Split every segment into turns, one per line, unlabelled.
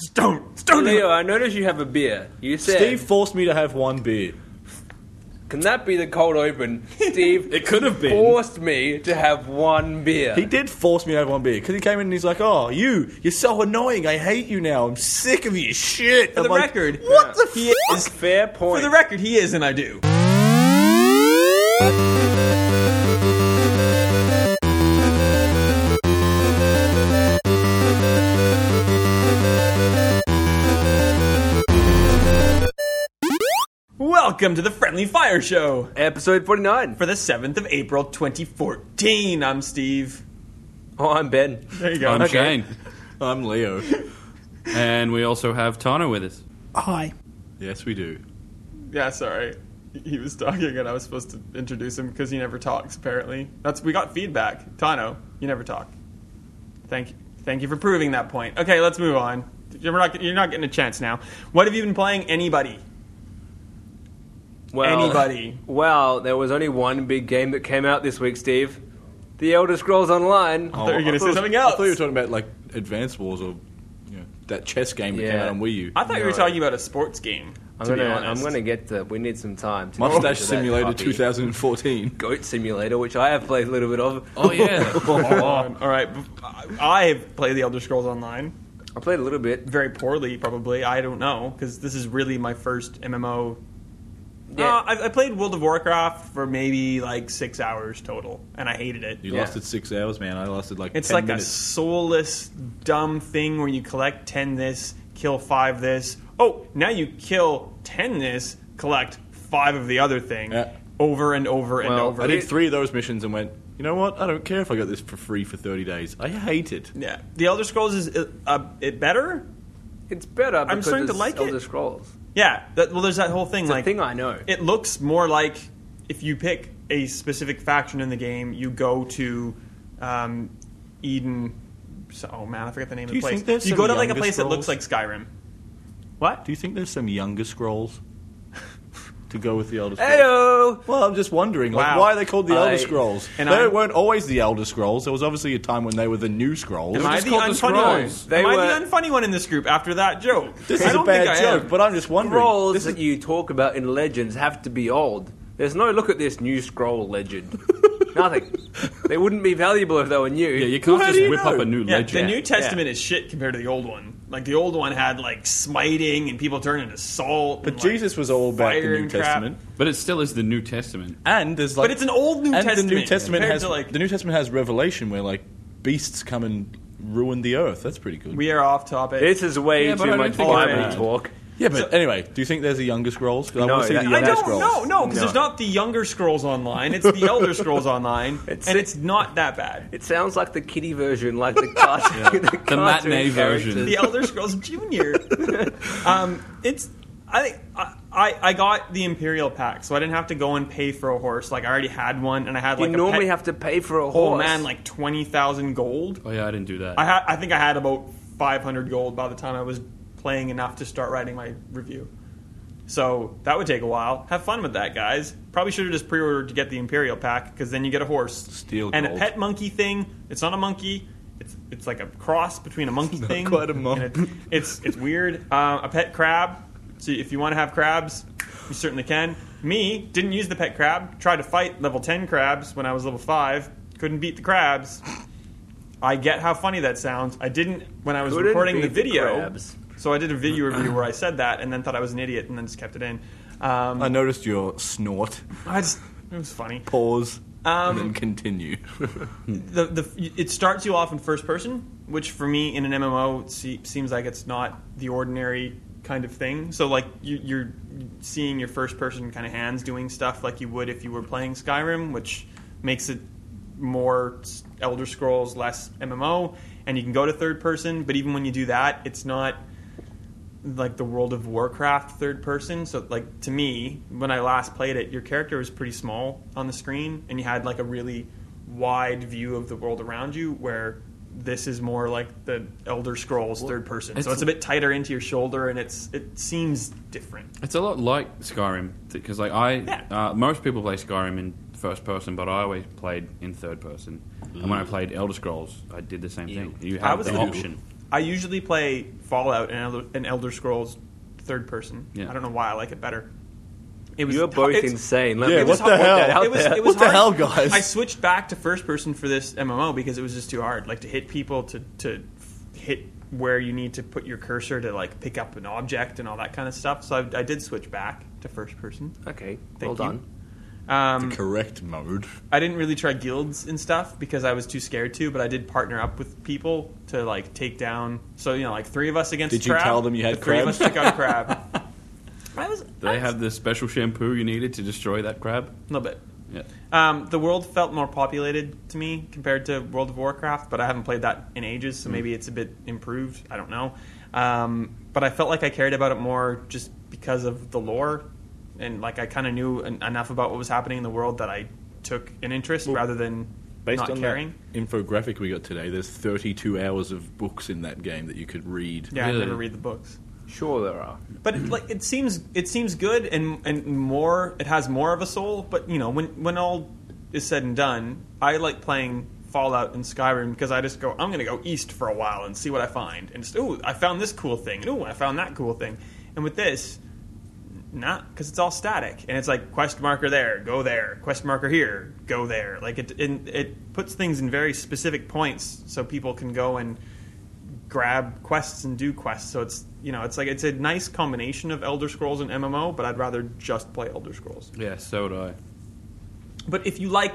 Stone, Stone.
Leo, I noticed you have a beer. You said,
Steve forced me to have one beer.
"Can that be the cold open?" Steve
It could have been.
forced me to have one beer.
He did force me to have one beer because he came in and he's like, "Oh, you, you're so annoying. I hate you now. I'm sick of you. Shit."
For
I'm
the
like,
record,
what the f-
he is.
Fair point.
For the record, he is, and I do. Welcome to the Friendly Fire Show
Episode forty-nine.
for the 7th of April 2014. I'm Steve.
Oh, I'm Ben.
There you go.
I'm
Okay.
Shane.
I'm Leo.
And we also have Tana with us.
Hi.
Yes, we do.
Yeah, sorry. He was talking and I was supposed to introduce him because he never talks, apparently. That's we got feedback. Tano, you never talk. Thank you. Thank you for proving that point. Okay, let's move on. You're not, you're not getting a chance now. What have you been playing? Anybody?
Well,
Anybody.
Well, there was only one big game that came out this week, Steve. The Elder Scrolls Online.
thought you were
Oh, I
going to
thought-
say something
I
else.
thought you were talking about like Advance Wars or you know, that chess game that came
Yeah.
out on Wii U.
I thought you were
No.
talking about a sports game.
I'm
to
gonna,
be
I'm
honest.
gonna get to. We need some time. To
Mustache
get to that
Simulator
puppy.
2014.
Goat Simulator, which I have played a little bit of.
Oh, yeah.
Oh, all right. b- I I have played The Elder Scrolls Online
I played a little bit.
very poorly, probably. I don't know because this is really my first MMO No,
Yeah.
Uh, I, I played World of Warcraft for maybe like six hours total, and I hated it.
you
Yeah.
lasted six hours, man. I lasted like
It's
10
like a
minutes.
soulless, dumb thing where you collect 10 this, kill 5 this. Oh, now you kill 10 this, collect 5 of the other thing.
Yeah.
Over and over and
Well,
over.
I did three of those missions and went. You know what? I don't care if I got this for free for 30 days. I hate it.
yeah. The Elder Scrolls is uh, uh, it better?
It's better. Because
starting to
it's
like it.
Elder Scrolls.
Yeah. That, well, there's that whole thing
It's
like
a thing I know.
it looks more like if you pick a specific faction in the game, you go to um, Eden. So, oh man, I forget the name of
you
the place.
think there's
you
some
go to like a
younger
place that looks like
scrolls?
Skyrim. What?
Do you think there's some younger scrolls to go with the Elder Scrolls?
Heyo!
Well, I'm just wondering, like,
Wow.
why are they called the
I-
Elder Scrolls?
and
they
I'm-
weren't always the Elder Scrolls. There was obviously a time when they were the new Scrolls.
Am I
just
the
called the
unfunny one?
Scrolls.
They
Am I
were-
the unfunny one in this group after that joke?
This
I
is a
don't think
bad
I am.
joke, but I'm just wondering.
Scrolls
This
that
is-
you talk about in legends have to be old. There's no look at this new scroll legend. Nothing. They wouldn't be valuable if they were new.
Yeah, you can't
How do
just
you
whip
know?
up a new
Yeah, the
legend.
New Testament is shit compared to the old one. Like the old one had like smiting and people turning into salt.
but
and, like,
Jesus was all about the
fire
New
and crap.
Testament,
But it still is the New Testament.
and there's like,
But it's an old New
and
Testament.
the New Testament
compared
has
to, like
the New Testament has Revelation where like beasts come and ruin the earth. That's pretty good.
we are off topic.
This is way
Yeah, but I
too
don't
much
think it's
Bible
bad.
talk.
yeah, but anyway, do you think there's a younger scrolls? 'Cause I
No,
want to see
that-
the
I
younger
I don't
scrolls.
know, no, because
No.
there's not the younger scrolls online. It's the elder scrolls online,
It's-
and it's not that bad.
It sounds like the kiddie version, like the cartoon. the, cartoon
matinee
characters.
version.
The elder scrolls junior. um, it's I think I, I I got the imperial pack, so I didn't have to go and pay for a horse. Like I already had one, and I had
You
like a
normally
pet-
have to pay for a
oh
horse.
man like twenty thousand gold.
Oh, yeah, I didn't do that.
I ha- I think I had about five hundred gold by the time I was playing enough to start writing my review. So that would take a while. Have fun with that, guys. Probably should have just pre-ordered to get the Imperial pack because then you get a horse,
Steel
and a
gold.
pet monkey thing. It's not a monkey. It's it's like a cross between a monkey thing.
quite a monk.
and it- it's it's weird. Uh, a pet crab. So if you want to have crabs, you certainly can. Me didn't use the pet crab. Tried to fight level ten crabs when I was level five. Couldn't beat the crabs. I get how funny that sounds. I didn't when I was
Couldn't
recording the
beat the
video.
crabs.
so I did a video review where I said that and then thought I was an idiot and then just kept it in. Um,
I noticed your snort.
I just it was funny.
Pause.
Um,
and then continue.
The, the it starts you off in first person, which for me in an MMO se- seems like it's not the ordinary kind of thing. So like you, you're seeing your first person kind of hands doing stuff like you would if you were playing Skyrim, which makes it more s- Elder Scrolls, less MMO, and you can go to third person. But even when you do that, it's not like the World of Warcraft third person. So like to me, when I last played it, your character was pretty small on the screen, and you had like a really wide view of the world around you. Where this is more like the Elder Scrolls third person, so
it's-
it's a bit tighter into your shoulder, and it's it seems different.
It's a lot like Skyrim because, like, I
Yeah.
uh, most people play Skyrim in first person, but I always played in third person. And when I played Elder Scrolls, I did the same thing. Mm. You
I
have
was
the
the-
option.
I usually play Fallout and Elder, and Elder Scrolls third person.
Yeah.
I don't know why I like it better. It
You're
tou-
both
it's-
insane. Let
Yeah,
me
what
just
the
point
hell?
that out
it was,
there.
it was
What the
hard.
hell, guys?
I switched back to first person for this MMO because it was just too hard. Like to hit people, to to f- hit where you need to put your cursor to like pick up an object and all that kind of stuff. So I, I did switch back to first person.
okay, well
Thank you.
done.
Um,
Correct mode.
I didn't really try guilds and stuff because I was too scared to. But I did partner up with people to like take down. So you know, like three of us against.
Did you
crab,
tell them you had
the three of
crab?
us took out crab. I was.
Do
I
they
was-
have the special shampoo you needed to destroy that crab?
a little bit.
Yeah.
Um, the world felt more populated to me compared to World of Warcraft, but I haven't played that in ages,
Hmm.
so maybe it's a bit improved. I don't know. Um, but I felt like I cared about it more just because of the lore, and like I kind of knew en- enough about what was happening in the world that I took an interest rather than
Based
not
on
caring.
that infographic we got today, there's 32 hours of books in that game that you could read.
Yeah, I
Really?
never read the books.
Sure, there are.
But it, like it seems it seems good and and more it has more of a soul. But you know when when all is said and done, I like playing Fallout and Skyrim because I just go I'm gonna go east for a while and see what I find. And just, ooh, I found this cool thing. And ooh, I found that cool thing. And with this, nah, because it's all static and it's like quest marker there, go there, quest marker here, go there. Like it and it puts things in very specific points so people can go and grab quests and do quests. So it's you know it's like it's a nice combination of Elder Scrolls and MMO, but I'd rather just play Elder Scrolls.
Yeah, so would I.
But if you like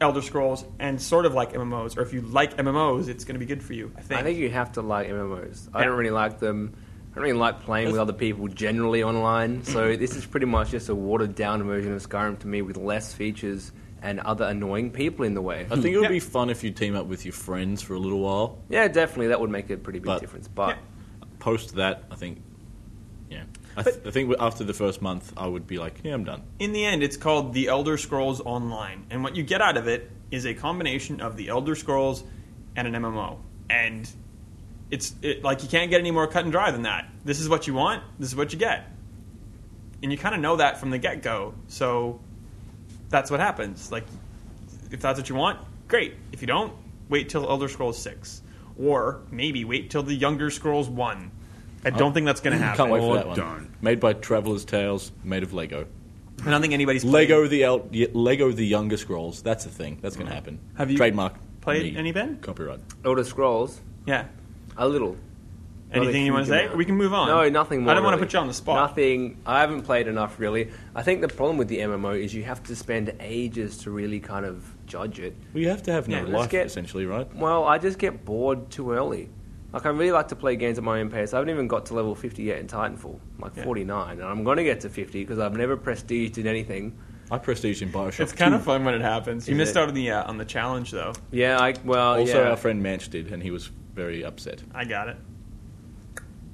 Elder Scrolls and sort of like MMOs, or if you like MMOs, it's going to be good for you. I think.
I think you have to like MMOs. I
Yeah.
don't really like them. I don't really like playing with other people generally online. So this is pretty much just a watered down version of Skyrim to me with less features and other annoying people in the way.
I think it would
Yeah.
be fun if you team up with your friends for a little while.
Yeah, definitely that would make a pretty big
But-
difference. But
Post that, I think, yeah. I, th- I think after the first month, I would be like, yeah, I'm done.
in the end, it's called The Elder Scrolls Online, and what you get out of it is a combination of The Elder Scrolls and an MMO. And it's it, like you can't get any more cut and dry than that. This is what you want. This is what you get. And you kind of know that from the get go. So that's what happens. Like, if that's what you want, great. If you don't, wait till Elder Scrolls Six, or maybe wait till the Younger Scrolls One. I don't think that's going to happen.
Oh. Can't wait for
Or
that one.
don't.
Made by Traveler's Tales, made of Lego.
I don't think anybody's played-
Lego the El- y- Lego the Younger Scrolls. That's a thing. That's going to happen.
Mm. Have you
trademark
played
me.
any, Ben?
Copyright.
Elder Scrolls,
Yeah.
a little. Not a
Anything you want to
huge
say?
amount.
We can move on.
No, nothing more.
I don't want to
really.
put you on the spot.
Nothing. I haven't played enough, really. I think the problem with the MMO is you have to spend ages to really kind of judge it.
Well, you have to have no
Yeah, let's
life
get-
essentially, right?
Well, I just get bored too early. Like, I really like to play games at my own pace. I haven't even got to level 50 yet in Titanfall. I'm like
Yeah.
49, and I'm going to get to 50 because I've never prestiged in anything.
I prestige in Bioshock.
It's kind
2.
of fun when it happens. You
Is
missed
it?
out on the uh, on the challenge though.
Yeah, I, well,
Also,
yeah.
our friend Manch did, and he was very upset.
I got it.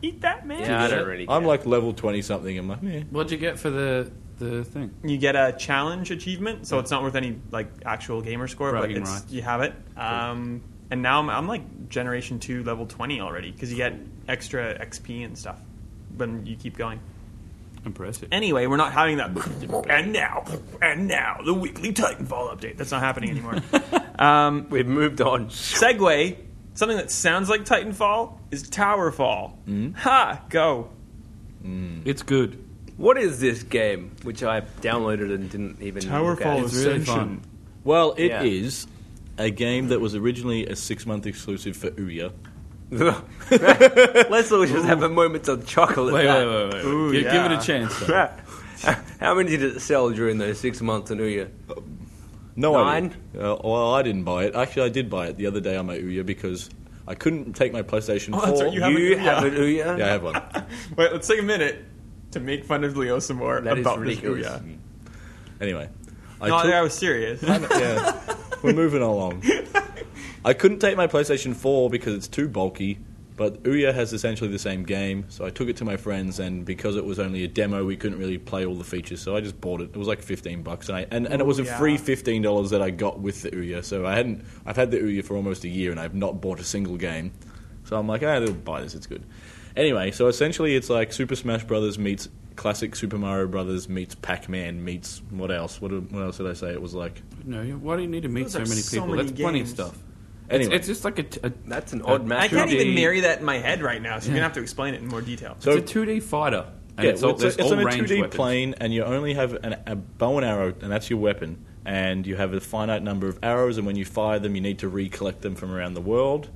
Eat that, man.
yeah, I don't really
I'm
care.
like level twenty something. I'm like, yeah.
What'd you get for the the thing?
You get a challenge achievement, so it's not worth any like actual gamer score,
Bragging
but it's,
rights.
you have it. Um, and now I'm, I'm like generation two, level twenty already because you get extra XP and stuff when you keep going.
Impressive.
Anyway, we're not having that. and now, and now, the weekly Titanfall update. That's not happening anymore. Um,
We've moved on.
Segue. Something that sounds like Titanfall is Towerfall.
Mm-hmm.
Ha! Go.
It's good.
What is this game, which I downloaded and didn't even look at?
is- really fun.
Well, it is
Yeah.
a game that was originally a six-month exclusive for Ouya.
Let's all just have a moment of chuckle at
Wait,
that.
wait, wait, wait.
Ooh,
Gi- Give it
yeah.
a chance. though.
How many did it sell during those six months in Ouya?
No,
Nine?
I didn't. Uh, well, I didn't buy it. Actually, I did buy it the other day on my Ouya because I couldn't take my PlayStation
Oh,
4.
that's right, you have
you
an Ouya.
have an Ouya?
Yeah, I have one.
Wait, let's take a minute to make fun of Leo some more
That is
about this
ridiculous.
Ouya.
Anyway, I
No,
took-
I was serious.
yeah. We're moving along. I couldn't take my PlayStation 4 because it's too bulky, but Ouya has essentially the same game, so I took it to my friends, and because it was only a demo, we couldn't really play all the features, so I just bought it. It was like 15 bucks, and I, and, and it was a
Ooh, yeah.
free $15 that I got with the Ouya, so I hadn't, I've had the Ouya for almost a year, and I've not bought a single game. So I'm like, ah, they'll buy this, it's good. Anyway, so essentially it's like Super Smash Brothers meets classic Super Mario Brothers meets Pac-Man meets what else? What, what else did I say? It was like
No, why do you need to meet
Those
so
are
many
so
people?
many
That's plenty of
games.
stuff.
Anyway,
It's just like a, t- a-
That's an odd match.
I can't
2D.
even marry that in my head right now, so you're gonna have to explain it in more detail.
So-
it's a 2D fighter. And
yeah,
it's,
well,
all,
it's, a-
there's
it's
all
on a
range
2D
weapons.
plane, and you only have an, a bow and arrow, and that's your weapon. And you have a finite number of arrows, and when you fire them, you need to recollect them from around the world.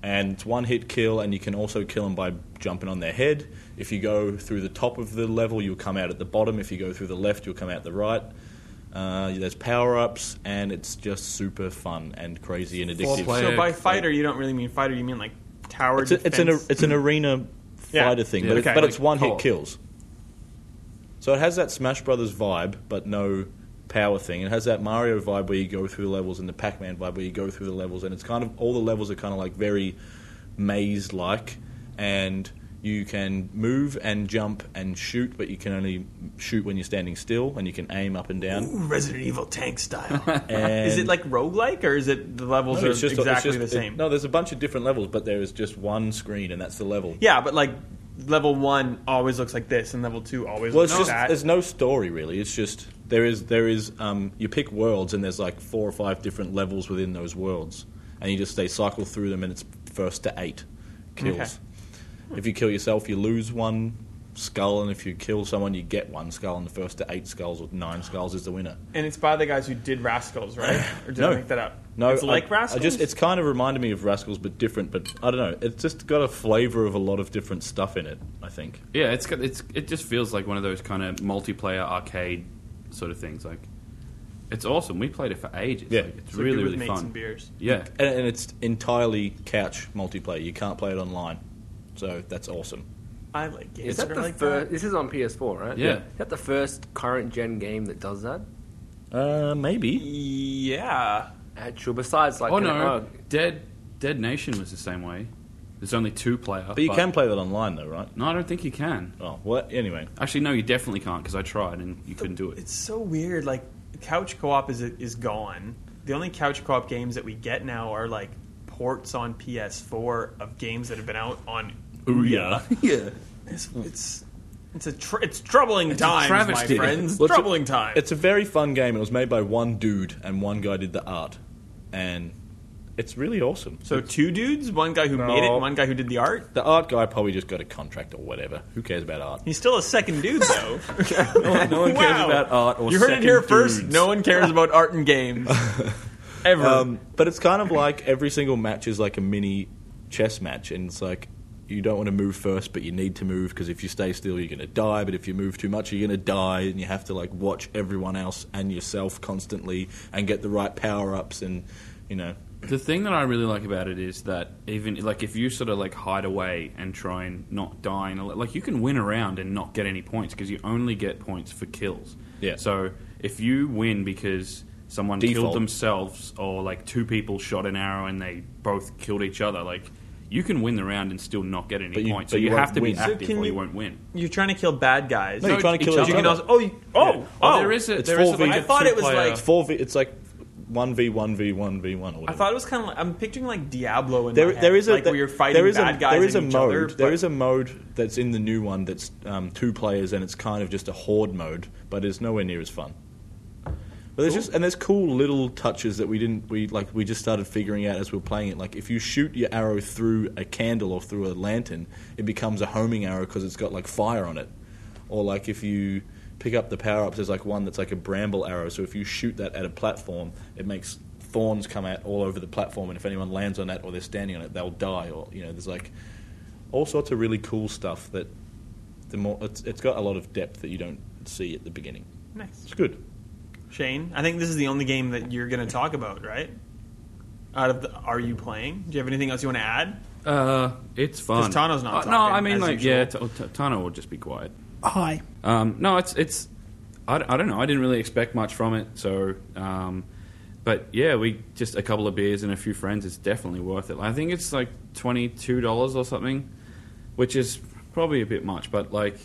And it's one hit kill, and you can also kill them by jumping on their head. If you go through the top of the level, you'll come out at the bottom. If you go through the left, you'll come out the right. Uh, there's power ups, and it's just super fun and crazy and addictive.
player.
So by fighter, you don't really mean fighter. You mean like tower
It's, a, it's an
defense.
it's an arena
Yeah.
fighter thing,
Yeah,
but,
okay.
it's, but it's
Like
one hit
co-op.
kills. So it has that Smash Brothers vibe, but no power thing. It has that Mario vibe where you go through the levels, and the Pac Man vibe where you go through the levels, and it's kind of all the levels are kind of like very maze like, and you can move and jump and shoot, but you can only shoot when you're standing still, and you can aim up and down.
Ooh, Resident Evil tank style.
And
is it like roguelike or is it the levels
No,
are
it's just- it's
exactly
just-
the same?
it- no, there's a bunch of different levels, but there is just one screen, and that's the level.
Yeah, but like level one always looks like this, and level two always
Well, it's
looks
just
like
there's
that.
no story really. It's just there is there is um, you pick worlds and there's like four or five different levels within those worlds, and you just they cycle through them and it's first to eight kills. If you kill yourself, you lose one skull, and if you kill someone, you get one skull, and the first to eight skulls or nine skulls is the winner.
And it's by the guys who did Rascals, right? Or did
No.
I make that up?
No,
it's
I-
like Rascals.
I just it's kind of reminded me of Rascals, but different. But I don't know. It's just got a flavour of a lot of different stuff in it. I think.
Yeah, it's got, it's it just feels like one of those kind of multiplayer arcade sort of things. Like, it's awesome. We played it for ages.
Yeah.
like, it's,
It's like
really
good with
really
mates and
fun.
beers.
Yeah,
and, and it's entirely couch multiplayer. You can't play it online, so that's awesome.
I like games
Is that
that
the
are like
first?
that.
This is on PS4, right?
Yeah.
Is that the first current gen game that does that?
Uh, maybe.
Yeah.
Actual, besides like
oh
an-
no,
uh,
oh,
Dead Dead Nation was the same way. There's only two player,
But you can play that online though, right?
No, I don't think you can.
Oh, well, anyway.
Actually, no, you definitely can't because I tried and you couldn't do it.
It's so weird. Like couch co-op is is gone. The only couch co-op games that we get now are like ports on PS4 of games that have been out on.
Ouya.
yeah.
It's it's it's a tr- it's troubling
a
times, my
travesty.
friends.
Well, it's a-
troubling times.
It's a very fun game. It was made by one dude, and one guy did the art, and it's really awesome.
so two dudes, one guy who made it, and one guy who did the art.
The art guy probably just got a contract or whatever. Who cares about art?
He's still a second dude though.
No one, no one cares
Wow.
about art or
you heard it
second
here first.
dudes.
No one cares about art and games ever.
Um, but it's kind of like every single match is like a mini chess match, and it's like you don't want to move first, but you need to move because if you stay still, you're going to die. But if you move too much, you're going to die, and you have to like watch everyone else and yourself constantly and get the right power ups, and you know,
The thing that I really like about it is that even like if you sort of like hide away and try and not die, and like you can win around and not get any points because you only get points for kills.
Yeah.
So if you win because someone
Default.
killed themselves or like two people shot an arrow and they both killed each other, like you can win the round and still not get any
But you-
points.
but
so
you
you,
won't
have to
win.
be
So
active
can
or you
you-
won't win.
you're trying to kill bad guys.
No, you're trying to kill
each
each
you can
other.
also, oh, you, oh,
Yeah.
oh.
there is a
It's
there is a,
4v.
like,
I
a
thought it was,
two-player-
like,
it's four v. It's like one v one v one v one. Or
I
whatever.
thought it was kind of. like... I'm picturing like Diablo in
there,
my head.
there is a
like where you're fighting
there is
bad
a,
guys
there is
and
a
each
mode
other.
there
but-
is a mode that's in the new one that's um, two players and it's kind of just a horde mode but it's nowhere near as fun but there's just and there's cool little touches that we didn't we like we just started figuring out as we were playing it like if you shoot your arrow through a candle or through a lantern it becomes a homing arrow because it's got like fire on it or like if you pick up the power ups there's like one that's like a bramble arrow so if you shoot that at a platform it makes thorns come out all over the platform and if anyone lands on that or they're standing on it they'll die or you know there's like all sorts of really cool stuff that the more it's, it's got a lot of depth that you don't see at the beginning
nice.
it's good
Shane, I think this is the only game that you're going to talk about, right? Out of the, are you playing? Do you have anything else you want to add?
Uh, it's fun.
'Cause Tano's not
Uh,
talking,
no, I mean
as
like
usual.
yeah, t- t- Tano will just be quiet. Hi. Um, no, it's it's. I, d- I don't know. I didn't really expect much from it. So, um, but yeah, we just a couple of beers and a few friends. It's definitely worth it. I think it's like twenty two dollars or something, which is probably a bit much. But like,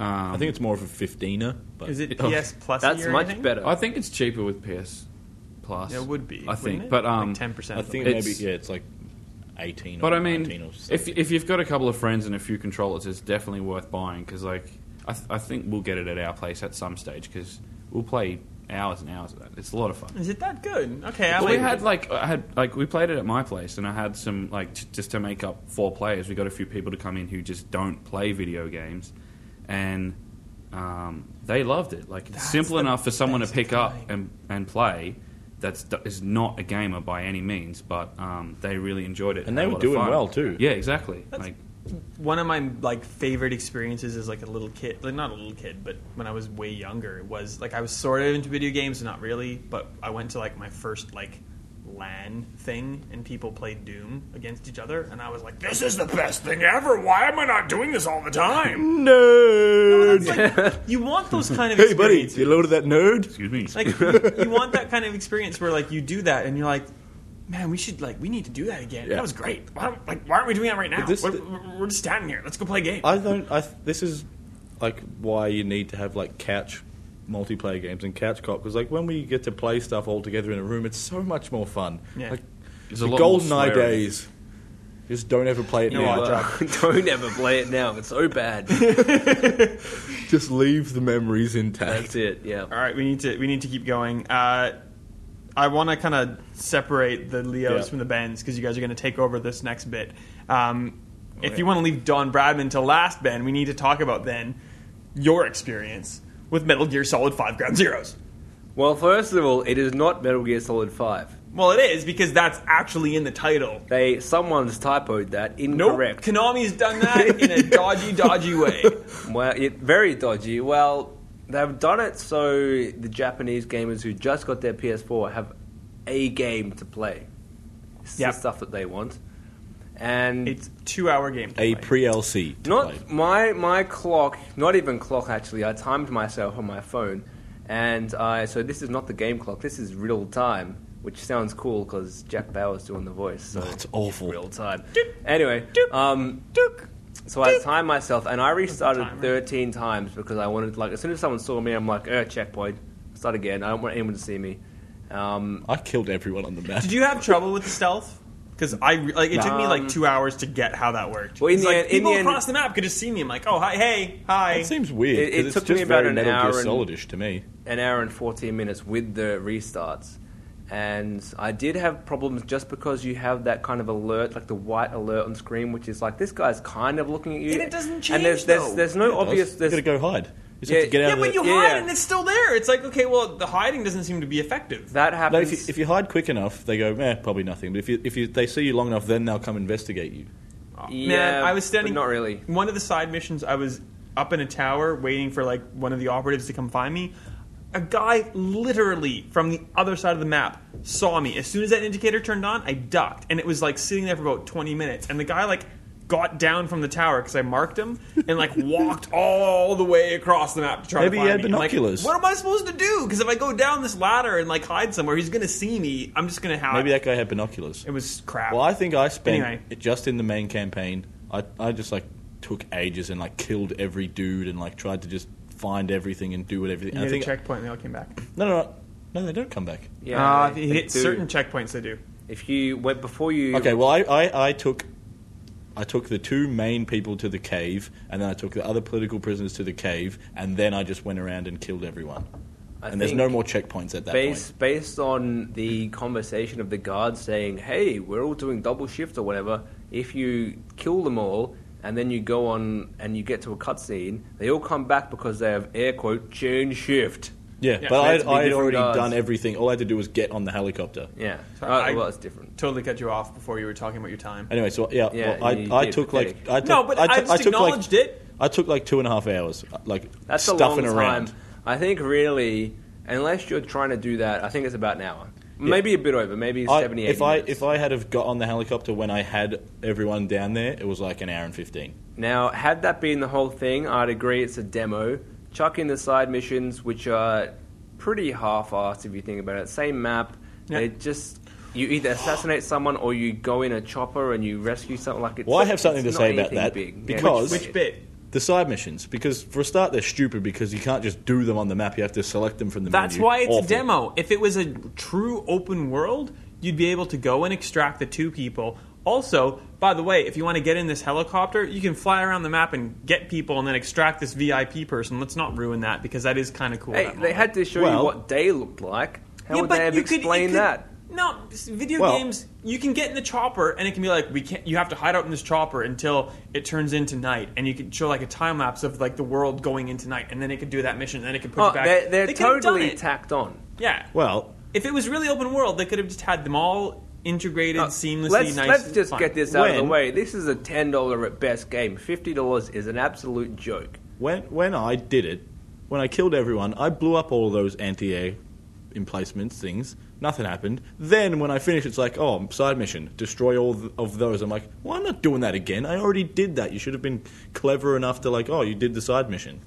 um,
i think it's more of a 15er but
Is it
Oh,
PS Plus?
That's
year or
much
anything?
better.
I think it's cheaper with PS Plus.
Yeah, it would be.
I
wouldn't
think,
it?
but um,
like ten percent.
i think
it's-
maybe yeah it's like 18
But
or
I mean,
19 or something.
if if you've got a couple of friends and a few controllers, it's definitely worth buying because like I, th- I think we'll get it at our place at some stage because we'll play hours and hours of that. It's a lot of fun.
Is it that good? Okay, I
Well, we
like
had
it.
like I had like we played it at my place, and I had some like t- just to make up four players. We got a few people to come in who just don't play video games, and um, they loved it. Like it's simple enough for someone to
best
pick up
time.
and and play. That's d- is not a gamer by any means, but um, they really enjoyed it,
And they
had a
were
lot of
doing
fun.
well, too.
Yeah, exactly.
That's-
like
one of my like favorite experiences as like a little kid like not a little kid but when i was way younger it was like i was sort of into video games not really but i went to like my first like lan thing and people played doom against each other and i was like this is the best thing ever why am i not doing this all the time
Nerd.
It's like, you want those kind of
Hey, buddy,
experiences
you loaded that nerd?
excuse me.
like you, you want that kind of experience where like you do that and you're like man we should like we need to do that again
Yeah.
that was great why, don't- like, why aren't we doing that right now
this-
we're, we're- we're just standing here let's go play a game
I don't. I th- this is like why you need to have like couch multiplayer games and couch cop because like when we get to play stuff all together in a room, it's so much more fun.
Yeah.
Like
There's a
the
lot more
golden eye
swearing.
days. Just don't ever play it
You
now.
uh, don't ever play it now. It's so bad.
Just leave the memories intact.
That's it. Yeah.
All right, we need to we need to keep going. Uh, I want to kind of separate the Leos
Yeah.
from the Bens because you guys are going to take over this next bit. Um, if you want to leave Don Bradman to last, Ben, we need to talk about then your experience with Metal Gear Solid Five Ground Zeroes.
Well, first of all, it is not Metal Gear Solid Five.
Well, it is because that's actually in the title.
They someone's typoed that
Nope,
incorrect.
Konami's done that in a dodgy, dodgy way.
Well, it, very dodgy. Well, they've done it so the Japanese gamers who just got their PS4 have a game to play. It's
Yep.
the stuff that they want. And
It's two-hour game.
A
play.
pre LC.
not my my clock, not even clock actually. I timed myself on my phone, and I so this is not the game clock. This is real time, which sounds cool because Jack Bauer's doing the voice. So
it's awful.
Real time. Anyway, um, so I timed myself, and I restarted
timer.
thirteen times because I wanted like as soon as someone saw me, I'm like, uh, checkpoint, start again. I don't want anyone to see me. Um,
I killed everyone on the map.
Did you have trouble with the stealth? Because I re- like it took me like two hours to get how that worked.
Well, in
'Cause,
the
like,
end- in
people
the end-
across the map could just see me. I'm like, oh hi, hey, hi.
It seems weird.
It- it
'cause it's
took
just
me about
very
an
Metal
hour
Gear
and-
Solidish to me.
an hour and 14 minutes with the restarts. And I did have problems just because you have that kind of alert, like the white alert on screen, which is like this guy's kind of looking at you.
And it doesn't
And there's there's,
change, though.
there's no obvious.
You
There's,
gotta go hide. You just
Yeah,
have to get out
yeah,
of
but
the-
you
Yeah,
hide
yeah.
and it's still there. It's like okay, well the hiding doesn't seem to be effective.
that
No,
happens.
if you, if you hide quick enough, they go, eh, probably nothing. But if you, if you, they see you long enough, then they'll come investigate you.
yeah,
Man, I was
but
standing.
Not really.
One of the side missions, I was up in a tower waiting for like one of the operatives to come find me. A guy literally from the other side of the map saw me. As soon as that indicator turned on, I ducked, and it was like sitting there for about twenty minutes. And the guy like got down from the tower because I marked him and like walked all the way across the map to try
Maybe
to
he had
find me. I'm like,
binoculars.
what am I supposed to do? Because if I go down this ladder and like hide somewhere, he's gonna see me. I'm just gonna
Ah.
have
Maybe that guy had binoculars.
It was crap.
Well, I think I spent
Anyway.
just in the main campaign. I, I just like took ages and like killed every dude and like tried to just find everything and do what everything.
you
and I
hit a
think
checkpoint and they all came back.
no, no, no, no, they don't come back.
Yeah,
Ah,
uh,
they-
if you
they
hit
do.
certain checkpoints, they do.
If you went before you.
Okay, well, I, I, I took. I took the two main people to the cave, and then I took the other political prisoners to the cave, and then I just went around and killed everyone.
I
and there's
think
no more checkpoints at that point.
Based based on the conversation of the guards saying, "Hey, we're all doing double shift or whatever. If you kill them all and then you go on and you get to a cutscene, they all come back because they have air quote change shift."
Yeah,
Yeah, so
but I'd,
that's been
I'd
different
already
guards.
done everything. All I had to do was get on the helicopter.
Yeah,
So
oh,
I-
well, it's different.
Totally cut you off before you were talking about your time.
Anyway, so yeah,
Yeah,
well, I,
you
I
did,
took
pathetic.
like I took,
No, but I
took-
just
took, like-
acknowledged it.
I took like two and a half hours, like
That's a long
stuffing
time.
around.
I think really, unless you're trying to do that, I think it's about an hour, maybe a bit over, maybe
I-
seventy.
if I if I had have got on the helicopter when I had everyone down there, it was like an hour and fifteen.
Now, had that been the whole thing, I'd agree it's a demo. Chuck in the side missions, which are pretty half-assed if you think about it. Same map.
Yeah.
They just you either assassinate someone or you go in a chopper and you rescue someone. Like it's,
Well, I have something
it's
to
not
say about
anything
that,
big.
because-
Which bit?
The side missions, because for a start they're stupid because you can't just do them on the map. You have to select them from the
That's
menu.
why it's
Awful.
a demo. If it was a true open world, you'd be able to go and extract the two people, Also, by the way, if you want to get in this helicopter, you can fly around the map and get people and then extract this VIP person. Let's not ruin that because that is kind of cool.
Hey,
that
they
moment.
had to show you
Well-
what day looked like. How
Yeah,
would
but
they have
you could- you
explained
could-
that?
No, s- video
Well-
games. You can get in the chopper, and it can be like we can't. You have to hide out in this chopper until it turns into night, and you can show like a time lapse of like the world going into night, and then it could do that mission, and then it could push
Oh,
back.
they're they're
They could have done
totally
it.
tacked on.
yeah.
Well,
if it was really open world, they could have just had them all integrated
Uh,
seamlessly.
let's,
nice
let's
and
just
fun.
get this out of the
When-
way. This is a ten dollar at best game. Fifty dollars is an absolute joke.
when when I did it, when I killed everyone, I blew up all those anti-air emplacements things. Nothing happened. Then when I finished, it's like, oh, side mission, destroy all th- of those. I'm like, well, I'm not doing that again. I already did that. You should have been clever enough to like, oh, you did the side mission.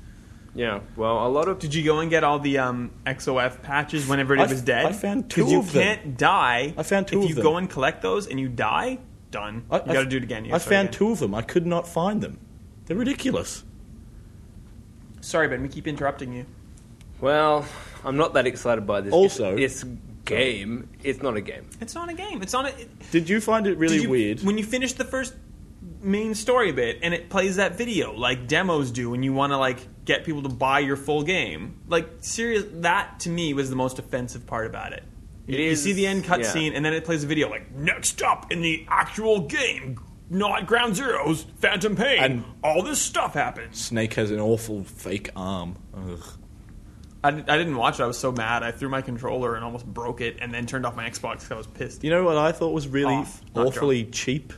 Yeah. Well, a lot of
Did you go and get all the um, XOF patches whenever
I
it
f-
was dead?
I found
'Cause
two
you
of them.
can't die.
I found two
If
of
you
them.
go and collect those and you die, done.
I,
you got to do it again.
I
You gotta start
found
again.
two of them. I could not find them. They're ridiculous.
Sorry, Ben, we keep interrupting you.
well, I'm not that excited by this.
Also-
it's, it's game. It's not a game.
It's not a game. It's not a. It,
Did you find it really
did you-
weird?
When you finish the first main story bit and it plays that video like demos do when you want to like get people to buy your full game. Like serious that to me was the most offensive part about it.
It
you,
is-
you see the end
yeah.
cutscene and then it plays a video like next up in the actual game, not Ground Zeroes, Phantom Pain.
And-
all this stuff happens.
Snake has an awful fake arm. Ugh.
I, di- I didn't watch it. I was so mad. I threw my controller and almost broke it and then turned off my Xbox because I was pissed.
You know what I thought was really
Off, not
awfully cheap?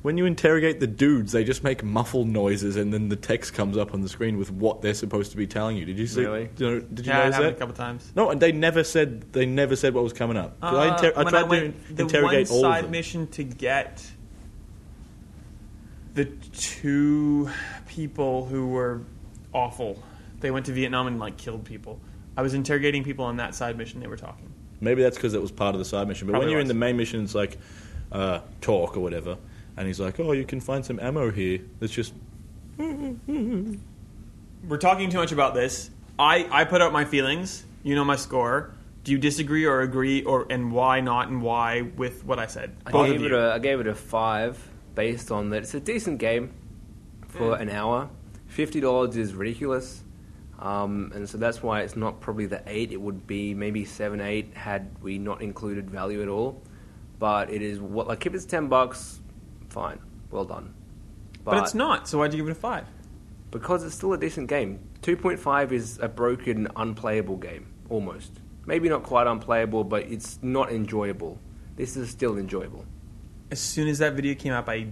When you interrogate the dudes, they just make muffled noises, and then the text comes up on the screen with what they're supposed to be telling you. Did you see?
Really?
You know, did you
yeah, it
notice
happened a
that?
couple times.
No, and they never said they never said what was coming up. 'Cause I,
Uh,
inter- I
when
tried
went-
to interrogate
the
all
one
of
side
them.
mission to get the two people who were awful. They went to Vietnam and like killed people. I was interrogating people on that side mission. They were talking.
Maybe that's because it was part of the side mission. But
Probably
when you're
was.
in the main mission, it's like uh, talk or whatever, and he's like, "Oh, you can find some ammo here." That's just
We're talking too much about this. I I put out my feelings. You know my score. Do you disagree or agree, or and why not, and why with what I said?
I
Both
gave
of
it
you.
a I gave it a five based on that. It's a decent game for an hour. Fifty dollars is ridiculous, um, and so that's why it's not probably the eight. It would be maybe seven, eight had we not included value at all. But it is what like if it's ten bucks, fine, well done.
but, it's not. So why'd you give it a five?
because it's still a decent game. 2.5 is a broken, unplayable game, almost. Maybe not quite unplayable, but it's not enjoyable. This is still enjoyable.
as soon as that video came up, I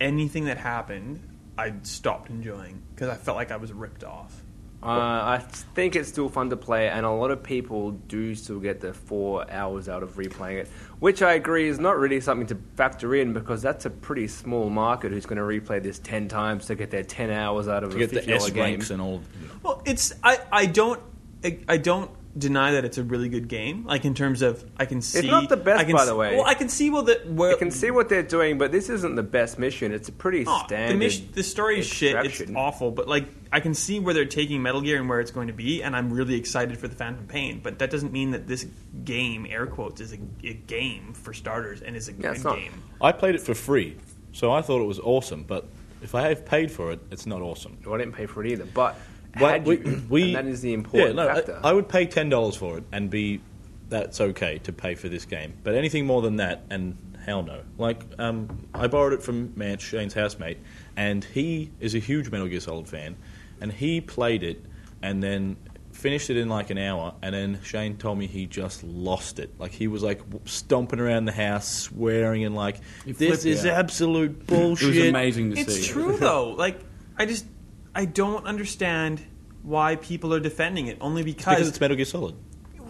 anything that happened, I stopped enjoying because I felt like I was ripped off.
Uh, I think it's still fun to play, and a lot of people do still get the four hours out of replaying it, which I agree is not really something to factor in because that's a pretty small market who's going to replay this 10 times to get their 10 hours out of
to
a
get the
$50
S
game.
ranks and all.
Well, it's I, I don't I, I don't deny that it's a really good game. Like in terms of I can see
not the best,
I can
by
s-
the way.
Well, I can see well that where
You can see what they're doing, but this isn't the best mission. It's a pretty
Oh,
standard.
the, mission, the story is shit. It's
extraction.
awful, but like I can see where they're taking Metal Gear and where it's going to be, and I'm really excited for the Phantom Pain. But that doesn't mean that this game, air quotes, is a, a game for starters and is a
it's
good
not.
game.
I played it for free, so I thought it was awesome. But if I have paid for it, it's not awesome.
Well, I didn't pay for it either, but
Well,
had
we-
you,
we-
and that is the important
yeah, no, I-
factor.
I, would pay ten dollars for it, and be that's okay to pay for this game. But anything more than that, and hell no. Like, um, I borrowed it from Mance, Shane's housemate, and he is a huge Metal Gear Solid fan, and he played it, and then finished it in like an hour, and then Shane told me he just lost it. Like he was like w- stomping around the house, swearing, and like this
flipped
is
out.
absolute
It
bullshit.
was amazing to see.
It's true though. Like I just I don't understand why people are defending it only because,
because it's Metal Gear Solid.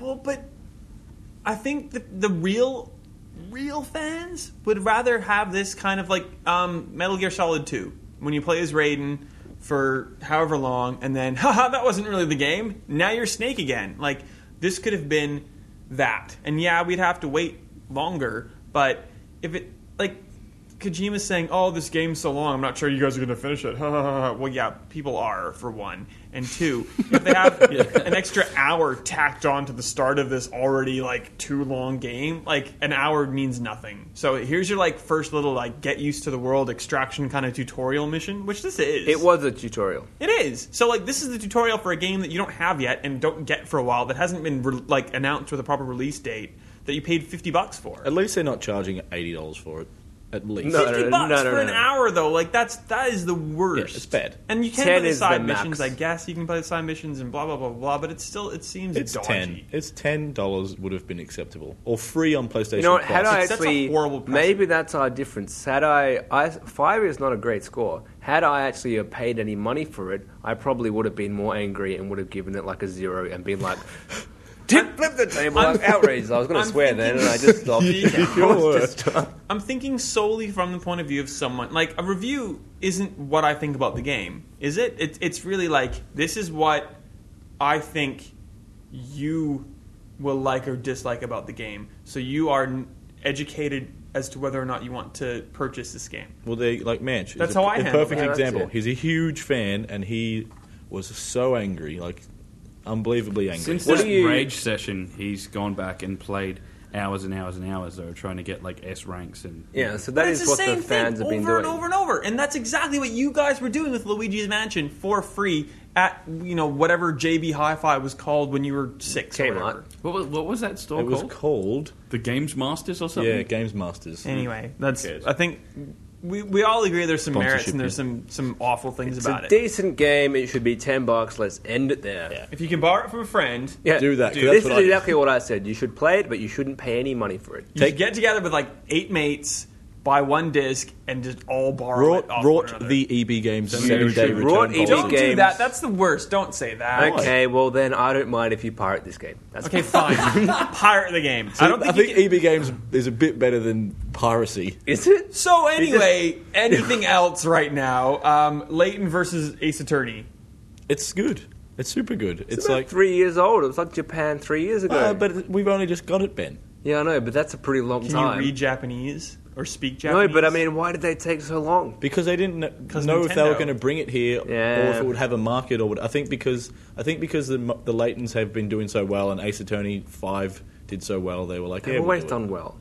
well, but I think the the real real fans would rather have this kind of like um, Metal Gear Solid Two when you play as Raiden for however long and then haha that wasn't really the game now you're Snake again like this could have been that and yeah we'd have to wait longer but if it like Kojima's saying, "Oh, this game's so long. I'm not sure you guys are going to finish it." well, yeah, people are for one, and two, if they have an extra hour tacked on to the start of this already like too long game, like an hour means nothing. So here's your like first little like get used to the world extraction kind of tutorial mission, which this is.
It was a tutorial.
It is. So like this is the tutorial for a game that you don't have yet and don't get for a while that hasn't been re- like announced with a proper release date that you paid 50 bucks for.
At least they're not charging eighty dollars for it. At least.
No,
50
no,
bucks
no,
for
no,
an
no.
hour though. Like that's that is the worst.
Yeah, it's bad.
And you can
10
play the
is the
side
max.
missions, I guess. You can play the side missions and blah blah blah blah, but it's still it seems
It's
dodgy.
ten. It's ten dollars would have been acceptable, or free on PlayStation.
You know, what,
Plus.
had I
It's- that's a
actually
horrible precedent.
maybe that's our difference. Had I, I five is not a great score. Had I actually uh, paid any money for it, I probably would have been more angry and would have given it like a zero and been like, "Did flip the table!" I'm, outraged. I was going
I'm
to swear then,
thinking-
and I just stopped.
Yeah.
I was just-
I'm thinking solely from the point of view of someone. Like a review isn't what I think about the game, is it? it it's really like this is what I think you will like or dislike about the game. So you are n- educated as to whether or not you want to purchase this game.
Well, they like Manch. is
That's
a,
how I
a
handle
perfect
it. Yeah, that's
example.
it.
He's a huge fan, and he was so angry, like unbelievably angry.
Since
What
that
do you-
rage session, he's gone back and played hours and hours and hours though, trying to get like S ranks and
yeah, so that
But it's
is
the
what
same
the fans
thing
have been
over
doing.
and over and over, and that's exactly what you guys were doing with Luigi's Mansion for free at you know whatever JB Hi-Fi was called when you were six. Or
Kmart. Mm-hmm.
whatever.
What was, what was that store
it was
called?
called
the Games Masters or something?
yeah, Games Masters.
Anyway, that's.
cares?
I think we, we all agree there's some merits
Sponsorship,
and there's some some awful things
It's
about
a
it.
decent game. It should be ten bucks. Let's end it there.
Yeah.
If you can borrow it from a friend,
Yeah,
Do that, 'cause that's
This
what
is
I did.
exactly what I said. You should play it, but you shouldn't pay any money for it.
you should get together with like eight mates, buy one disc, and just all borrow
Wrought,
it. Off one
wrought
another.
the EB Games
Send
seven
me
day
your
return
Wrought EB
policy.
Don't do
games.
that. That's the worst. Don't say that.
Okay, well then I don't mind if you pirate this game. That's
Okay, fine. Pirate the game. I don't
I
think. you
think
can-
EB Games is a bit better than piracy.
is it?
so anyway, anything else right now? Um, Leighton versus Ace Attorney.
It's good. It's super good. It's,
It's about
like,
three years old. It was like Japan three years ago.
Ah, but we've only just got it, Ben.
yeah, I know, but that's a pretty long
Can
time.
you read Japanese or speak
no,
Japanese?
but I mean, why did they take so long?
because they didn't kn-
'Cause
know if they were
Nintendo.
going to bring it here or
Yeah.
if it would have a market or what. I think because I think because the m- the Laytons have been doing so well and Ace Attorney Five did so well, they were like,
They've
yeah, we'll
always
do it.
done well.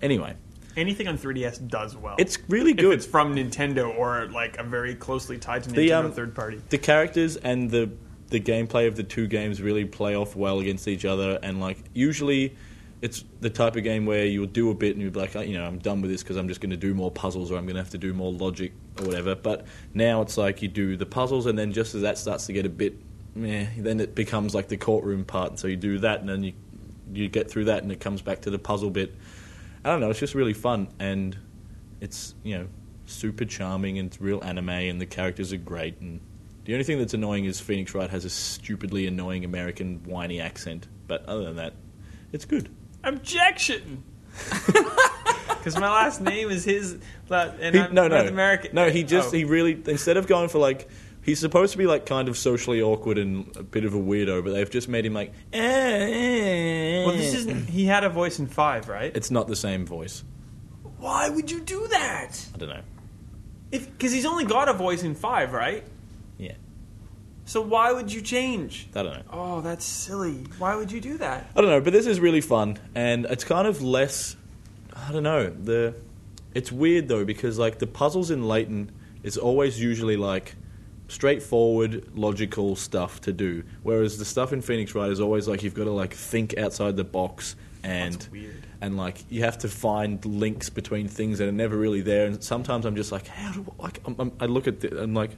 Anyway,
anything on 3DS does well.
it's really
if
good.
it's from Nintendo or like a very closely tied to Nintendo
The, um,
third party.
the characters and the the gameplay of the two games really play off well against each other and like usually it's the type of game where you'll do a bit and you'll be like "Oh, you know i'm done with this because i'm just going to do more puzzles or i'm going to have to do more logic or whatever but now it's like you do the puzzles and then just as that starts to get a bit meh, then it becomes like the courtroom part so you do that and then you you get through that and it comes back to the puzzle bit i don't know it's just really fun and it's you know super charming and it's real anime and the characters are great and the only thing that's annoying is Phoenix Wright has a stupidly annoying American whiny accent, but other than that, it's good.
Objection. Because my last name is his, la- and
He-
I'm
no, no,
North American.
no. He just
Oh.
he really instead of going for like he's supposed to be like kind of socially awkward and a bit of a weirdo, but they've just made him like.
well, this isn't. He had a voice in five, right?
It's not the same voice.
Why would you do that?
I don't know.
If because he's only got a voice in five, right?
Yeah,
So why would you change?
I don't know.
Oh, that's silly. Why would you do that?
I don't know, but this is really fun, and it's kind of less. I don't know. The it's weird though because like the puzzles in Leighton is always usually like straightforward, logical stuff to do, whereas the stuff in Phoenix Wright is always like you've got to like think outside the box and
That's weird.
and like you have to find links between things that are never really there. And sometimes I'm just like, how do like I'm, I'm, I look at the, I'm like.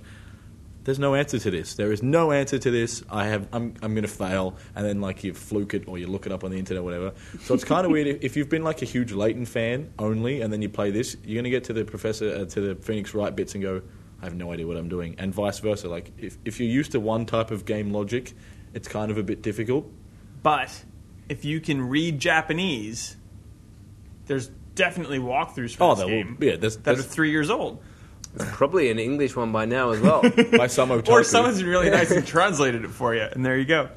There's no answer to this. There is no answer to this. I have. I'm. I'm going to fail, and then like you fluke it or you look it up on the internet or whatever. So it's kind of weird. If, if you've been like a huge Leighton fan only, and then you play this, you're going to get to the professor uh, to the Phoenix Wright bits and go, I have no idea what I'm doing, and vice versa. Like if if you're used to one type of game logic, it's kind of a bit difficult.
But if you can read Japanese, there's definitely walkthroughs for
Oh,
this
that
game
will, yeah. That's,
that are
that's
three years old.
It's probably an English one by now as well.
by some otaku.
Or someone's really nice and translated it for you, and there you go.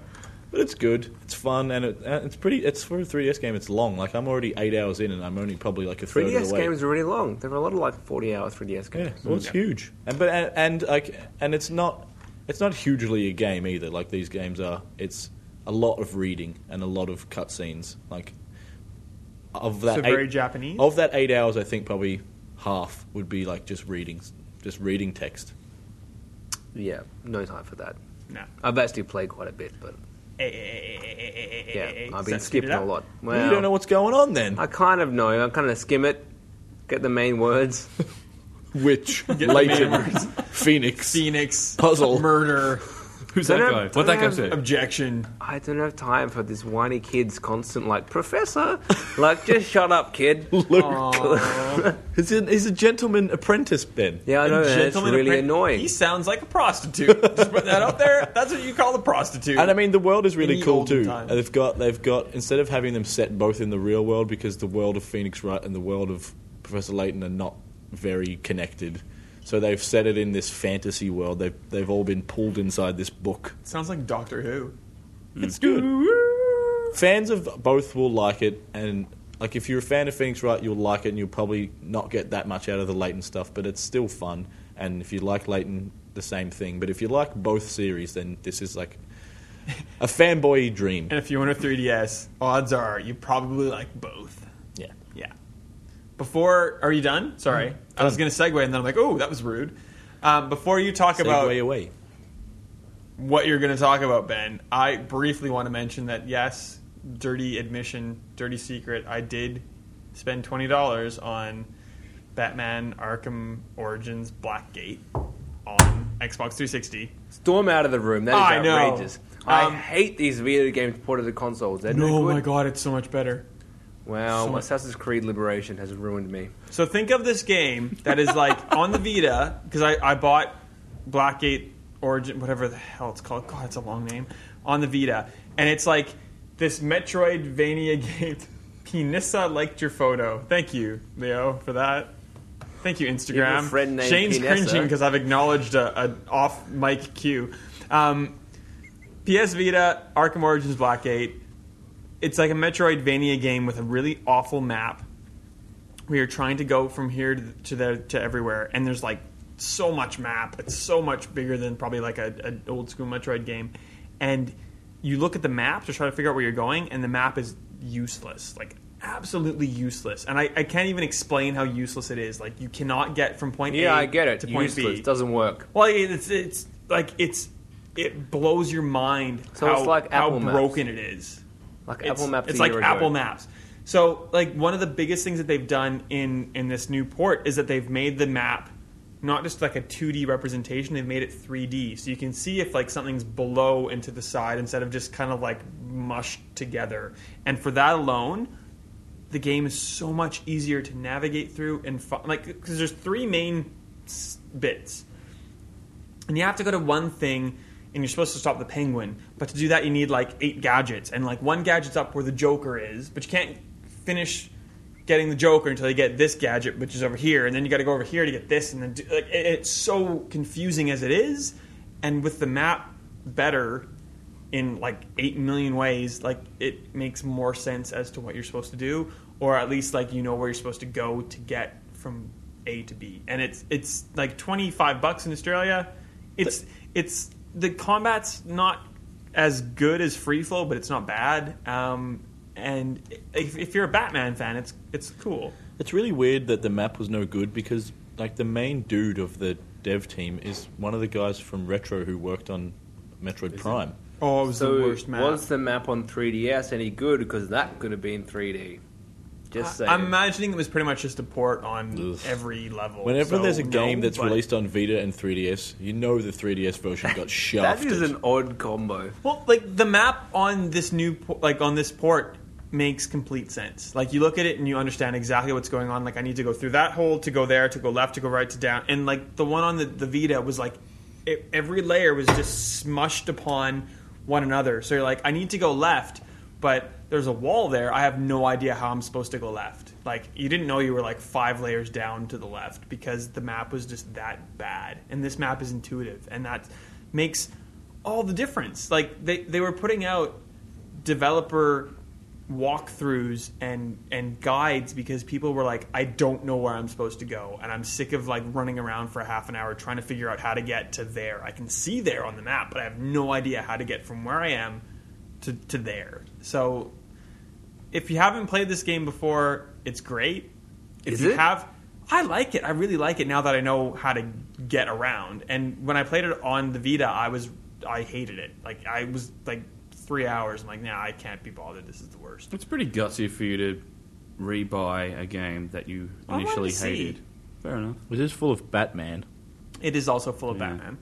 But it's good. It's fun, and it, uh, it's pretty. It's for a 3DS game. It's long. Like I'm already eight hours in, and I'm only probably like a third of
3DS
the way.
games are really long. There are a lot of like 40 hour 3DS
Mm. Yeah,
games.
well, it's huge, and but and, and like and it's not it's not hugely a game either. Like these games are, it's a lot of reading and a lot of cutscenes. Like of that, Oh.
So
eight,
very Japanese?
Of that eight hours, I think probably half would be like just reading, just reading text.
Yeah, no time for that.
No. Eh,
I've actually played quite a bit, but yeah, I've been skipping a lot. Well,
you don't know what's going on then.
I kind of know. I kind of skim it, get the main words.
Witch,
Get the
Leighton,
manners.
Phoenix.
Phoenix
Puzzle.
murder
Who's
They
that
don't-
um,
guy?
they
What that guy
don't-
say?
objection.
I don't have time for this whiny kid's constant like professor. Like, just shut up, kid.
Luke. He's a, he's a gentleman apprentice then.
Yeah, I know. That's
Gentleman
really
apprentice-
annoying.
He sounds like a prostitute. Just put that out there. That's what you call a prostitute.
And I mean, the world is really
the
cool
olden
too.
times.
They've got they've got instead of having them set both in the real world because the world of Phoenix Wright and the world of Professor Layton are not very connected. So they've set it in this fantasy world. They've they've all been pulled inside this book.
sounds like Doctor Who.
It's good. Fans of both will like it, and like if you're a fan of Phoenix Wright, you'll like it, and you'll probably not get that much out of the Layton stuff, but it's still fun. And if you like Layton, the same thing. But if you like both series, then this is like a fanboy dream.
And if you own a 3DS, odds are you probably like both.
Yeah.
Yeah. Before, are you done? Sorry, I was going to segue, and then I'm like, oh, that was rude. Um, before you talk about
Segue away.
what you're going to talk about, Ben, I briefly want to mention that yes, dirty admission, dirty secret. I did spend twenty dollars on Batman Arkham Origins Blackgate on Xbox 360.
Storm out of the room. That is
I know.
outrageous. I
Um,
hate these video games ported to consoles. They're no,
No,
good.
my god, it's so much better.
Wow,
So-
Assassin's Creed Liberation has ruined me.
So think of this game that is like on the Vita because I, I bought Blackgate Origin, whatever the hell it's called. God, it's a long name on the Vita, and it's like this Metroidvania game. Pinissa liked your photo. Thank you, Leo, for that. Thank you,
You
Instagram.
have a friend named
Shane's
Pinessa.
cringing because I've acknowledged a, a off mic cue. Um, PS Vita, Arkham Origins Blackgate. It's like a Metroidvania game with a really awful map we are trying to go from here to, to there to everywhere, and there's like so much map. It's so much bigger than probably like a, an old school Metroid game, and you look at the map to try to figure out where you're going, and the map is useless, like absolutely useless. And I, I can't even explain how useless it is. Like you cannot get from point
Yeah,
A
I get it.
to point
Useless.
B.
Doesn't work.
Well, it's it's like it's it blows your mind
So
how,
it's like
how
Apple Maps.
broken it is.
Like
It's-
Apple Maps.
It's
a
like
year ago.
Apple Maps. So like one of the biggest things that they've done in in this new port is that they've made the map not just like a 2D representation, they've made it 3D. So you can see if like something's below and to the side instead of just kind of like mushed together. And for that alone, the game is so much easier to navigate through and fi- like because there's three main s- bits and you have to go to one thing and you're supposed to stop the penguin but to do that you need like eight gadgets and like one gadget's up where the joker is but you can't finish getting the joker until you get this gadget which is over here and then you got to go over here to get this and then do, like it, it's so confusing as it is and with the map better in like 8 million ways like it makes more sense as to what you're supposed to do or at least like you know where you're supposed to go to get from A to B and it's it's like 25 bucks in Australia it's it's the combat's not as good as free flow but it's not bad um and if, if you're a Batman fan it's it's cool
It's really weird that the map was no good because like the main dude of the dev team is one of the guys from Retro who worked on Metroid Prime.
oh it was
So
the worst map
was the map on 3DS any good? Because that could have been 3D. Just saying.
I'm imagining it was pretty much just a port on
Ugh.
every level
Whenever
so
there's a
no,
game that's
but-
released on Vita and 3DS, you know the 3DS version got
that
shafted.
is an odd combo.
Well, like the map on this new po- like on this port makes complete sense. Like you look at it and you understand exactly what's going on. Like I need to go through that hole to go there, to go left, to go right, to down. And like the one on the, the Vita was like it, every layer was just smushed upon one another. So you're like I need to go left, but there's a wall there. I have no idea how I'm supposed to go left. Like you didn't know you were like five layers down to the left because the map was just that bad. And this map is intuitive and that makes all the difference. Like they, they were putting out developer walkthroughs and and guides because people were like, I don't know where I'm supposed to go, and I'm sick of like running around for half an hour trying to figure out how to get to there. I can see there on the map, but I have no idea how to get from where I am to to there. So, if you haven't played this game before, it's great. If
Is
you
it?
have, I like it. I really like it now that I know how to get around. And when I played it on the Vita, I was I hated it. Like I was like three hours. I'm like, nah, I can't be bothered. This is the worst.
It's pretty gutsy for you to rebuy a game that you
I wanted
initially
to see.
hated. Fair enough.
It is full of Batman.
It is also full of
Yeah.
Batman.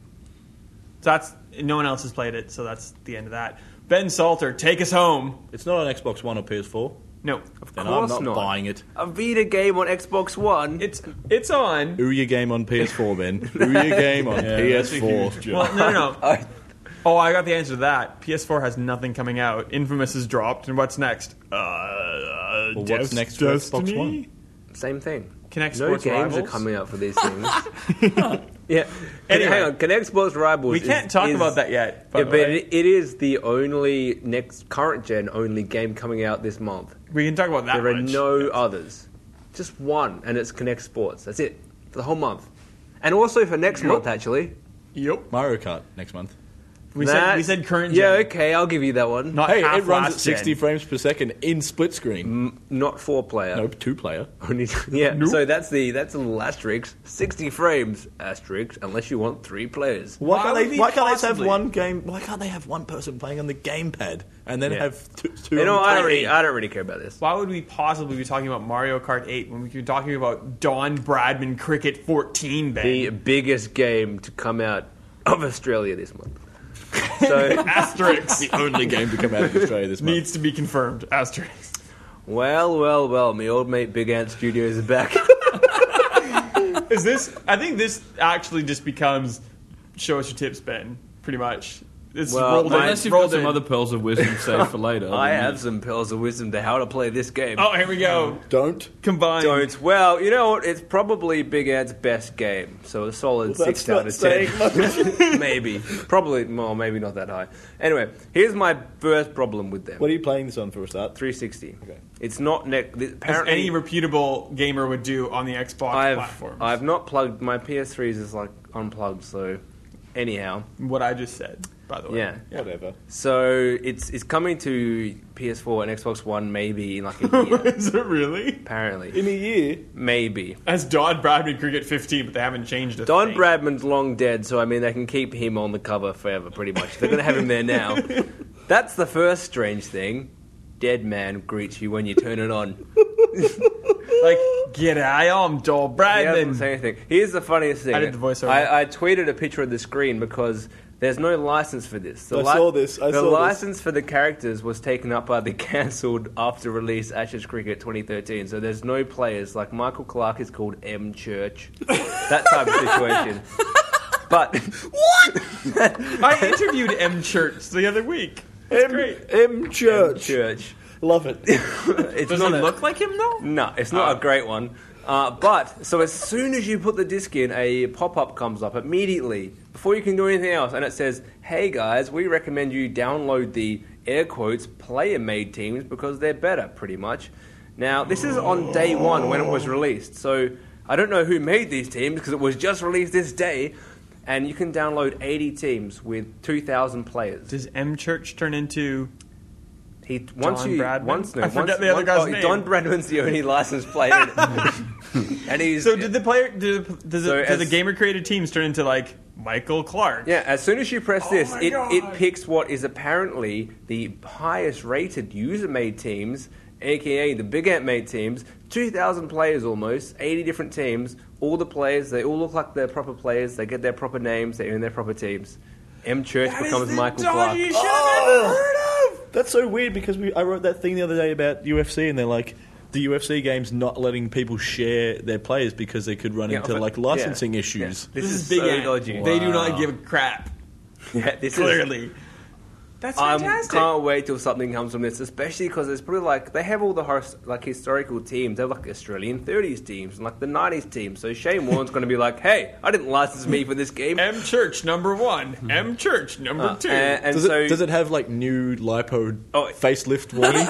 So that's no one else has played it. So that's the end of that. Ben Salter, take us home.
It's not on Xbox One or PS4,
No,
and I'm
course
not
not.
buying it.
A Vita game on Xbox One.
it's it's on.
Ouya game on PS4, Ben. Ouya game on PS4.
Well, no, no, no. oh, I got the answer to that. PS4 has nothing coming out. Infamous is dropped, and what's next? Uh, uh
Well,
Deus
what's next for Xbox
Destiny?
One?
Same thing.
Connect
no
Sports
games are
Rivals?
coming out for these things. yeah.
Anyway.
hang on. Connect Sports Rivals.
We
is-
can't talk
is-
about that yet. by
Yeah,
the
but
way.
it, it is the only next current gen only game coming out this month.
we can talk about that.
There are
much.
no others. Just one, and it's Connect Sports. That's it for the whole month, and also for next month actually.
Yep.
Mario Kart next month.
We
That-
said we said current
Yeah,
gen,
okay, I'll give you that one.
not
Hey,
half
it runs
last
at 60
gen.
frames per second in split screen.
not four player.
No, two player.
Only yeah. So that's the that's a little asterisk. Sixty frames asterisk, unless you want three players.
Why,
Why
can't
would
they?
he
Why can't they just have
possibly-
one game? Why can't they have one person playing on the gamepad and then
Yeah.
have two? two
You know,
on the
I don't
play-
really, I don't really care about this.
Why would we possibly be talking about Mario Kart 8 when we could be talking about Don Bradman Cricket 14, Ben?
The biggest game to come out of Australia this month. So,
Asterisk.
the only game to come out of Australia this month.
Needs to be confirmed. Asterisk.
well, well, well, my old mate Big Ant Studios is back.
Is this? I think this actually just becomes show us your tips, Ben. Pretty much. It's
Well,
rolled in.
Unless you've got
rolled
some
in.
other pearls of wisdom saved for
Oh,
later.
I
then
have some pearls of wisdom to how to play this game.
Oh, here we go.
Don't.
Combined.
Um, Don't. Well, you know what? It's probably Big Ant's best game, so a solid
Well,
six
that's
out
not
of ten. maybe, probably, well, maybe not that high. Anyway, here's my first problem with them.
What are you playing this on for a start?
360.
Okay.
It's not neck.
As
Apparently,
any reputable gamer would do on the Xbox
I've
platforms.
I've not plugged my PS3s is like unplugged. So, anyhow,
what I just said, by the way.
yeah.
Whatever.
So it's it's coming to PS4 and Xbox One maybe in like a year.
Is it really?
apparently,
In a year,
maybe.
As Don Bradman Cricket 15, but they haven't changed it.
Don Bradman's long dead, so I mean they can keep him on the cover forever, pretty much. They're gonna have him there now. That's the first strange thing. Dead man greets you when you turn it on.
Like, get I am Don
He
Bradman.
doesn't say anything. Here's the funniest thing.
I did the voiceover.
I, I tweeted a picture of the screen because there's no license for this. The
I saw this. I
the
saw this.
license for the characters was taken up by the cancelled after release Ashes Cricket 2013. So there's no players. Like Michael Clark is called M Church. that type of situation. But
I interviewed M. Church the other week. It's great.
M
M
Church.
Church.
Love it.
It's
Does
not
it
a-
look like him though?
No, it's not a great one. Uh, but so as soon as you put the disc in, a pop-up comes up immediately before you can do anything else, and it says, "Hey guys, we recommend you download the air quotes player-made teams because they're better." Pretty much. Now this is on day one when it was released, so I don't know who made these teams because it was just released this day, and you can download 80 teams with 2,000 players.
Does M. Church turn into?
He once
Don
you
Bradman?
once no,
I forget
once-
the other
once-
guy's
oh,
name.
Don Bradman's the only licensed player, in it. and he's
So did the player? Did, the- does,
So
it, does
as-
the gamer created teams turn into like Michael Clark?
yeah. As soon as you press this,
Oh my
it,
God.
it picks what is apparently the highest rated user made teams, aka the Big Ant made teams. Two thousand players almost, eighty different teams. All the players, they all look like they're proper players. They get their proper names. They own their proper teams. M Church becomes Michael Clark.
Oh!
That's so weird because we, I wrote that thing the other day about UFC, and they're like, the UFC game's not letting people share their players because they could run
Yeah,
into
but-
like licensing
yeah,
issues.
yeah. This,
This,
is,
is big.
so
Ant.
dodgy.
They do not give a crap.
Yeah, this is- Um,
Clearly, That's
I
fantastic.
can't wait till something comes from this, especially because it's probably like they have all the his, like historical teams. They have like Australian 30s teams and like the 90s teams. So Shane Warne's going to be like, "Hey, I didn't license me for this game."
M Church number one. M Church number
Hmm. Uh,
two.
and, and
Does,
so
it, does it have like new lipo
Oh, it-
facelift warning?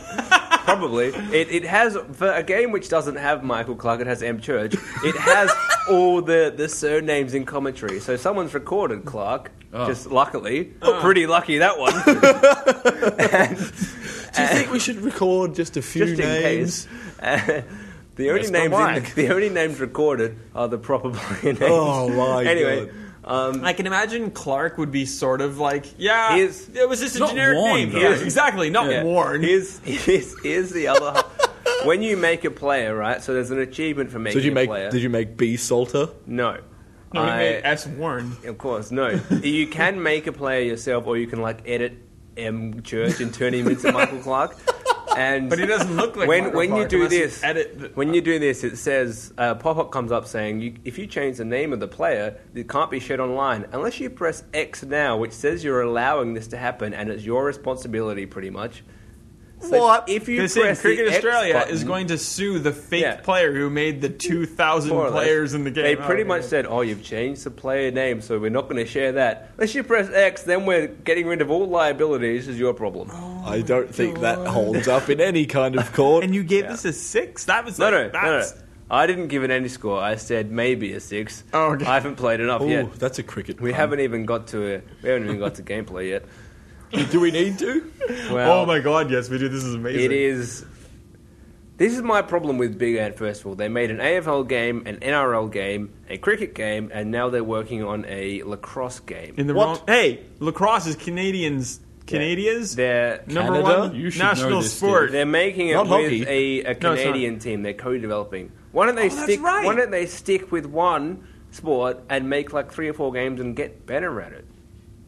Probably. It, it has, for a game which doesn't have Michael Clark, it has M. Church, it has all the, the surnames in commentary. So someone's recorded Clark,
Oh.
just luckily. Pretty lucky that one. And
Do you think we should record just a few
just in
names?
case. uh, The only,
Mr.
names in
Mike.
the, the only names recorded are the proper player names.
Oh, my
anyway,
God.
Um,
I can imagine Clark would be sort of like, yeah,
He is-
it was just a
Not
generic
Warren,
name.
though.
Yeah, exactly, not
Yeah.
Warren.
Here's, here's, here's the other. half. when you make a player, right? So there's an achievement for making
Did you
a
make
player.
Did you make B Salter?
no.
no, he
I-
made S Warren.
Of course, no. you can make a player yourself, or you can like edit M Church and turn him into Michael Clark. And
But he doesn't look like
when
Michael
when you
Clark
do
unless
this,
edit. The,
when you do this, it says uh, pop up comes up saying you, if you change the name of the player, it can't be shared online unless you press X now, which says you're allowing this to happen, and it's your responsibility pretty much. So
What?
if you
This
press
thing, Cricket
the X
Australia is
button-
going to sue the fake
Yeah.
player who made the two thousand
More or less.
players in the game.
They
Oh,
pretty
okay.
much said, "Oh, you've changed the player name, so we're not going to share that. Unless you press X, then we're getting rid of all liability. This is your problem."
Oh,
I don't think that holds up in any kind of court.
And you gave
Yeah.
this a six? That was
no,
like,
no, no, no.
that's
I didn't give it any score. I said maybe a six.
Oh, okay.
I haven't played enough
Ooh,
yet.
that's a cricket.
We
pun.
haven't even got to we haven't even got to gameplay yet.
Do we need to?
Well,
oh my god, yes, we do. This is amazing.
It is. This is my problem with Big Ant. First of all, they made an AFL game, an NRL game, a cricket game, and now they're working on a lacrosse game.
in the
What?
wrong. Hey, lacrosse is Canadians. Canadians
They're
number
Canada?
one
You should know
national
this,
sport.
They're making it
Not hockey.
with a, a
No, it's not.
Canadian team. They're co-developing. Why don't they
Oh, that's
stick?
right.
Why don't they stick with one sport and make like three or four games and get better at it?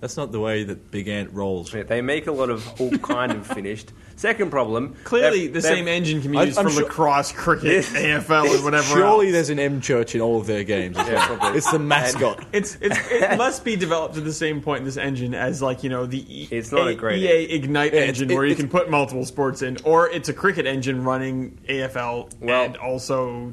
That's not the way that Big Ant rolls.
They make a lot of all kind of finished. Second problem.
Clearly,
they've-
the
they've-
same engine can be
I-
used
I'm
for
sure-
lacrosse, cricket,
This-
AFL, and whatever.
Surely
else.
there's an M Church in all of their games. as
Yeah,
well.
probably.
It's the mascot.
It's, it's it must be developed at the same point this engine as like you know the e-
It's not a great
EA Ignite
Yeah, it's-
engine
it-
where you
it's-
can put multiple sports in, or it's a cricket engine running AFL
Well-
and also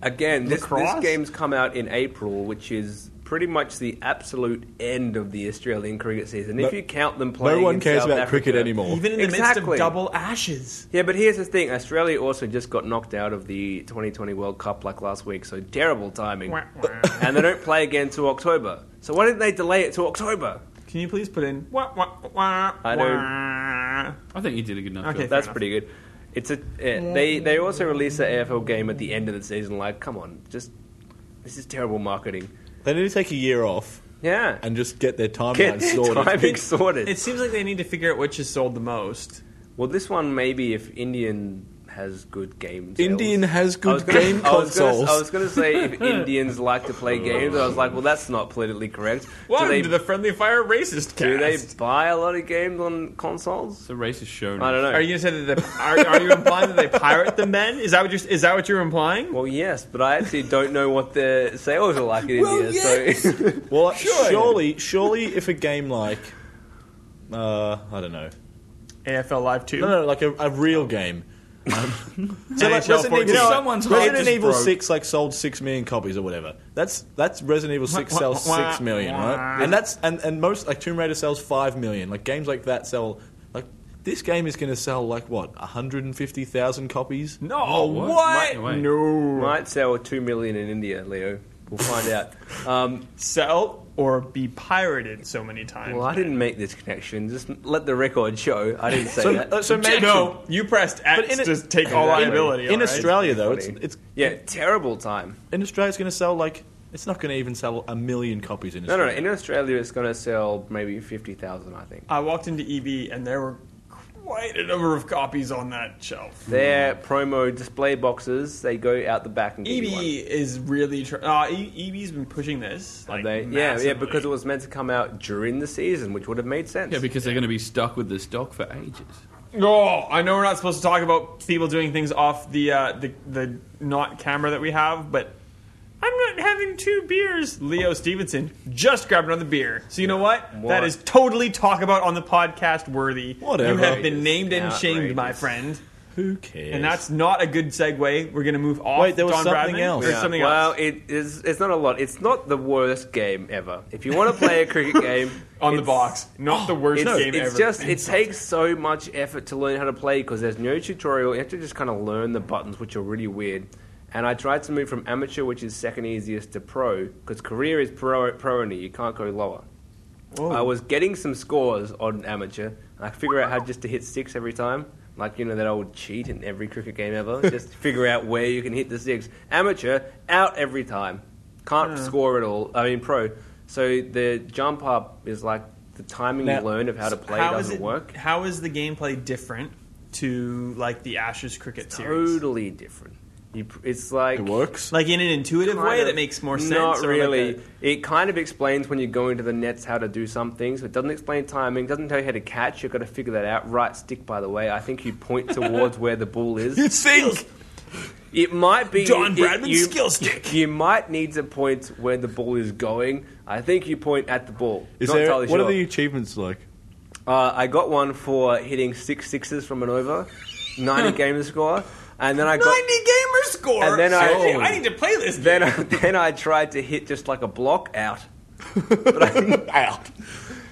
Again, this, this
Lacrosse?
game's come out in April, which is pretty much the absolute end of the Australian cricket season. if
No-
you count them
No
playing,
one
in
cares
South
about cricket
Africa-
anymore.
even in the midst
Exactly.
of double ashes.
Yeah, but here's the thing: Australia also just got knocked out of the 2020 World Cup like last week, so terrible timing.
Wah, wah.
and they don't play again till October. So why didn't they delay it till October?
Can you please put in? Wah, wah, wah,
I
wah.
I think you did a good enough
Okay,
job.
That's
enough.
pretty good. It's a yeah, they they also release the AFL game at the end of the season. Like, come on, just this is terrible marketing.
They need to take a year off
Yeah,
and just get their timeline
get
sorted.
timing sorted.
It seems like they need to figure out which is sold the most.
well, this one maybe if Indian has good games.
Indian has
I was
good
gonna-
game
I was gonna-
consoles.
I was going to say if Indians like to play games, I was like, well, that's not politically correct.
Welcome
do they
to the Friendly Fire Racist
do they
cast.
buy a lot of games on consoles?
It's a racist show.
I don't know.
Are you gonna say that they, are, are you implying that they pirate the men? Is that what you're, is that what you're implying?
Well, yes, but I actually don't know what the sales are like in
Well,
India.
yes.
So
well, surely, surely, if a game like, uh, I don't know,
AFL Live Two.
no, no, like a, a real game. Um, so like
NHL
Resident Evil,
14.
Someone's heart
Resident
just
Evil
broke.
Six like sold six million copies or whatever. That's that's Resident Evil Six sells six million, right? And that's and, and most like Tomb Raider sells five million. Like games like that sell like this game is going to sell like what hundred and fifty thousand copies.
No,
what?
what?
Right away.
No.
might sell two million in India, Leo. We'll find out. Um,
Sell or be pirated so many times.
well, I didn't make this connection. Just let the record show. I didn't say
So,
that.
uh, so maybe
No, you pressed X
in a-
to take all
Exactly.
liability.
in
all right?
Australia though, it's
Funny.
it's
yeah, terrible time.
in Australia it's going to sell like it's not going to even sell a million copies in
No, no,
Australia.
no. In Australia, it's going to sell maybe fifty thousand. I think
I walked into EB and there were quite a number of copies on that shelf.
their promo display boxes. They go out the back and
EB
give you one.
is really tr- uh, e- EB's been pushing this. Like,
They- yeah, yeah,
massively.
because it was meant to come out during the season, which would have made sense.
Yeah, because they're going to be stuck with this dock for ages.
No, I know we're not supposed to talk about people doing things off the uh, the the not camera that we have, but I'm not having having two beers. Leo Stevenson just grabbed another beer. So you know what? That
What?
is totally talk about on the podcast worthy.
Whatever.
You have been named and
Outrageous.
shamed, my friend.
Who cares?
And that's not a good segue. We're going to move off.
Wait, there was
Don
something
Bradman.
else.
There's something
well,
else.
it is. It's not a lot. It's not the worst game ever. If you want to play a cricket game
On the
it's- Oh,
box. Not the worst
It's,
game
it's
ever.
just it takes so much effort to learn how to play because there's no tutorial. You have to just kind of learn the buttons, which are really weird. And I tried to move from amateur, which is second easiest, to pro because career is pro pro only. You can't go lower.
Oh.
I was getting some scores on amateur, and I could figure out how just to hit six every time. Like you know that old cheat in every cricket game ever. just figure out where you can hit the six. Amateur out every time. Can't score at all. I mean pro. So the jump up is like the timing
Now-
you learn of how to play
How is
doesn't
it-
work.
How is the gameplay different to like the Ashes cricket series?
Totally different. You, pr- it's like
it works.
Like in an intuitive
kind
way
of-
that makes more sense.
Not
or like
really.
a-
It kind of explains when you go into the nets how to do some things. but It doesn't explain timing. Doesn't tell you how to catch. You've got to figure that out. Right stick, by the way. I think you point towards where the ball is.
think
It might be
John
it-
Bradman's
you-
skill stick.
You might need to point where the ball is going. I think you point at the ball.
Is
Not
there,
entirely
what
sure.
are the achievements like?
Uh, I got one for hitting six sixes from an over, ninety game score, and then I got
90 gamer score.
And then I- Oh.
Seriously, I need to play this. Game.
Then, I, then I tried to hit just like a block out. But I,
Out.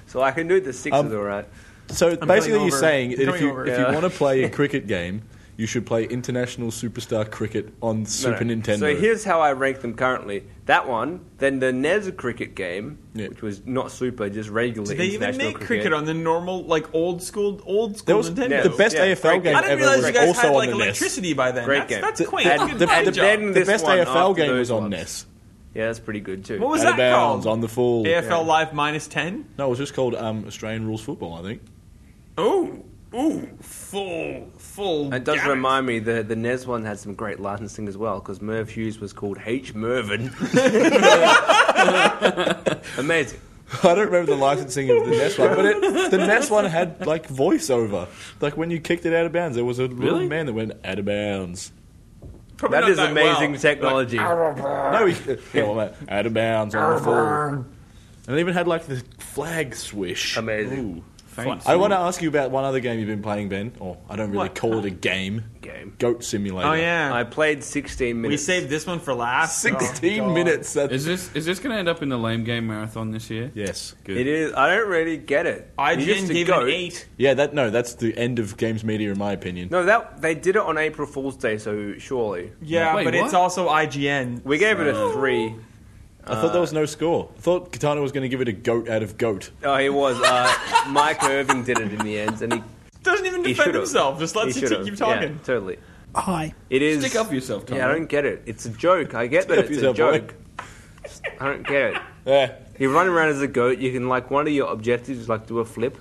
so I can do the sixes
Um,
all right.
So basically,
coming
you're
over.
saying
I'm
that if
coming
you
over.
if
Yeah.
you want to play a cricket game, you should play International Superstar Cricket on
No, no.
Super Nintendo.
So here's how I rank them currently. That one, then the NES cricket game,
Yeah.
which was not super, just regular
Did they even
international
make cricket. on the normal, like old school, old school
there was
Nintendo?
the best
Yeah,
AFL
great
game
game.
I didn't
ever
realize
was
you guys
also
had
on
like
the NES.
electricity by then.
Great
that's,
game.
E That's
The-
quaint.
the-
Good
the-
mind
the-
job.
then-
The
This
best
one
AFL
after
game
those
was on E
ones.
NES.
Yeah, that's pretty good too.
What was
Out of
that
bounds
called?
on the full.
AFL
Yeah.
Live minus ten.
No, it was just called um, Australian Rules Football. I think.
Oh, ooh, full, full.
it does
gamut.
remind me the the NES one had some great licensing as well because Merv Hughes was called H Mervin. Amazing.
I don't remember the licensing of the NES one, but it, the NES one had like voiceover. Like when you kicked it out of bounds, there was a little
Really?
man that went out of bounds.
Probably
That
not
is amazing
well.
technology.
No, he, yeah, well, mate, out of bounds on the full. And it even had like the flag swish.
Amazing.
Ooh.
Thanks.
I want to ask you about one other game you've been playing, Ben. Or I don't really
What?
call it a game.
Game.
Goat Simulator.
Oh yeah,
I played 16
we
minutes.
saved this one for last.
Sixteen
Oh, God.
minutes. That's,
Is this is this going to end up in the lame game marathon this year?
yes. Good.
It is. I don't really get it.
I
You
didn't
used to
give it
go-
an eight.
Yeah. That no. That's the end of games media, in my opinion.
No, that they did it on April Fool's Day, so surely
Yeah,
Wait,
but it's
what?
also IGN.
we gave it a three.
I thought there was no score. I thought Katana was going to give it a goat out of goat.
Oh, he was. Uh, Mike Irving did it in the end, and he,
Doesn't even
he
defend
should
himself. Just lets you keep talking.
totally.
Hi.
It is.
Stick up for yourself, Tom.
Yeah, I don't get it. It's a joke. I get that
up
it's a
yourself, boy.
joke. I don't get it.
Yeah.
You run around as a goat. You can like one of your objectives is like do a flip.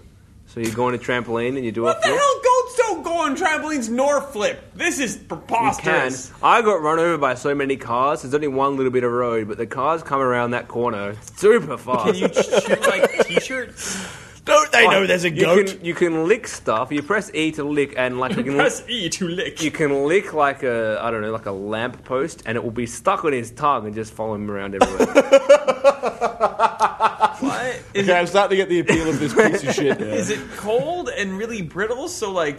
So you go on a trampoline and you do a
What the
flip.
hell? Goats don't go on trampolines nor flip. This is
You can.
preposterous.
I got run over by so many cars. There's only one little bit of road, but the cars come around that corner super fast.
Can you shoot like t-shirts?
Don't they know there's a
You
goat?
can, you can lick stuff. You press E to lick, and like you can
Press E to lick.
you can lick like a I don't know like a lamp post, and it will be stuck on his tongue and just follow him around everywhere.
What? Is,
Okay, I'm starting to get the appeal of this piece of shit.
it, is it cold and really brittle? So like,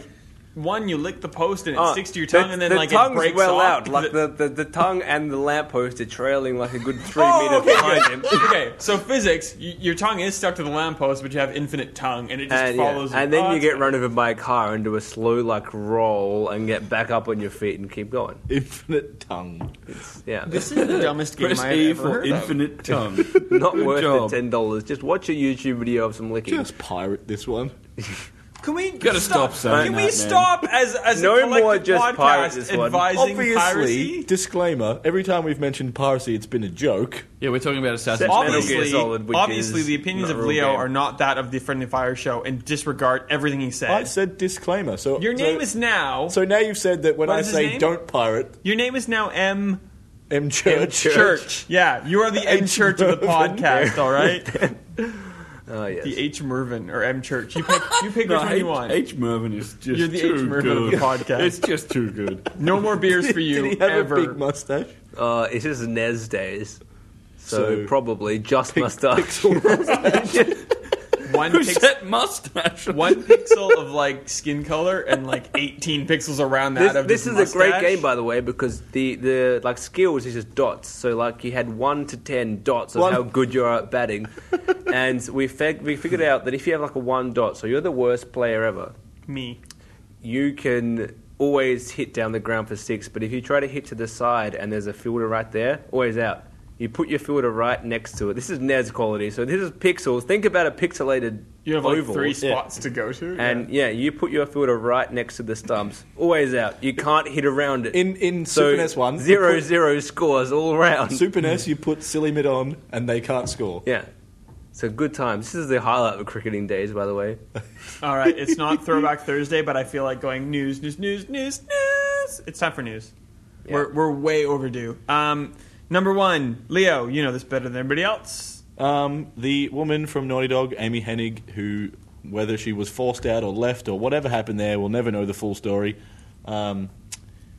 one you lick the post and it
Uh,
sticks to your tongue,
the-
and then
the
like it
tongue's
breaks
well
off
out.
because
Like
it-
the, the, the tongue and the lamp post are trailing like a good three
Oh,
meters
okay,
behind
good.
him.
okay, so physics, y- your tongue is stuck to the lamppost, but you have infinite tongue, and it just
And, yeah.
follows.
And then
Oh,
you
that's
get run over by a car and do a slow like roll and get back up on your feet and keep going.
Infinite tongue.
Yeah,
This is the dumbest game
Press
I
E
have ever
for
heard of.
infinite tongue.
not
Good
worth
job.
the ten dollars. Just watch a YouTube video of some licking.
Just pirate this one.
Can we
Gotta stop saying
Can
that,
we
man.
stop as as
No
a collective
more just pirate this
podcast
one.
advising
Obviously,
piracy?
disclaimer: every time we've mentioned piracy, it's been a joke.
yeah, we're talking about Assassin's
Metal
Creed.
Gear
Obviously,
Solid, which
obviously,
is
the opinions
not
of
a real
Leo
game.
are not that of the Friendly Fire show, and disregard everything he
I
said.
said disclaimer. So
Your
so-
name is now.
So now you've said that when
What
I
is his
say
name?
don't pirate,
your name is now M.
M Church.
Church. Yeah, you are the M
H.
Church of the
Mervin.
podcast. All right,
Oh, yes.
the H Mervin or M Church. You pick. You pick
No,
which one
H,
you want.
H. Mervin is just
You're the H.
too
Mervin of
good.
the podcast.
It's just too good.
No more beers for you
Did he have
ever.
a big mustache?
Uh, it's just Nez days. So,
So-
probably just mustache.
One
Who
pix-
said mustache?
one pixel of like skin color and like 18 pixels around that.
This,
of
this
his
is a great
mustache.
game, by the way, because the, the like skills is just dots. So like you had one to ten dots of
One-
how good you are at batting, and we fig- we figured out that if you have like a one dot, so you're the worst player ever.
Me.
you can always hit down the ground for six, but if you try to hit to the side and there's a fielder right there, always out. You put your fielder right next to it. This is NES quality, so this is pixels. Think about a pixelated
You have like
oval.
three spots to go to.
and yeah, you put your fielder right next to the stumps. Always out. You can't hit around it.
In- in
so
Super NES one, you
zero
put-
zero scores all round.
Super NES, you put silly mid on, and they can't score.
yeah. So good time. This is the highlight of cricketing days, by the way.
yeah. All right, it's not Throwback Thursday, but I feel like going news, news, news, news, news. It's time for news.
Yeah.
We're we're way overdue. Um, number one, Leo. You know this better than everybody else.
Um, the woman from Naughty Dog, Amy Hennig, who, whether she was forced out or left or whatever happened there, we'll never know the full story. Um,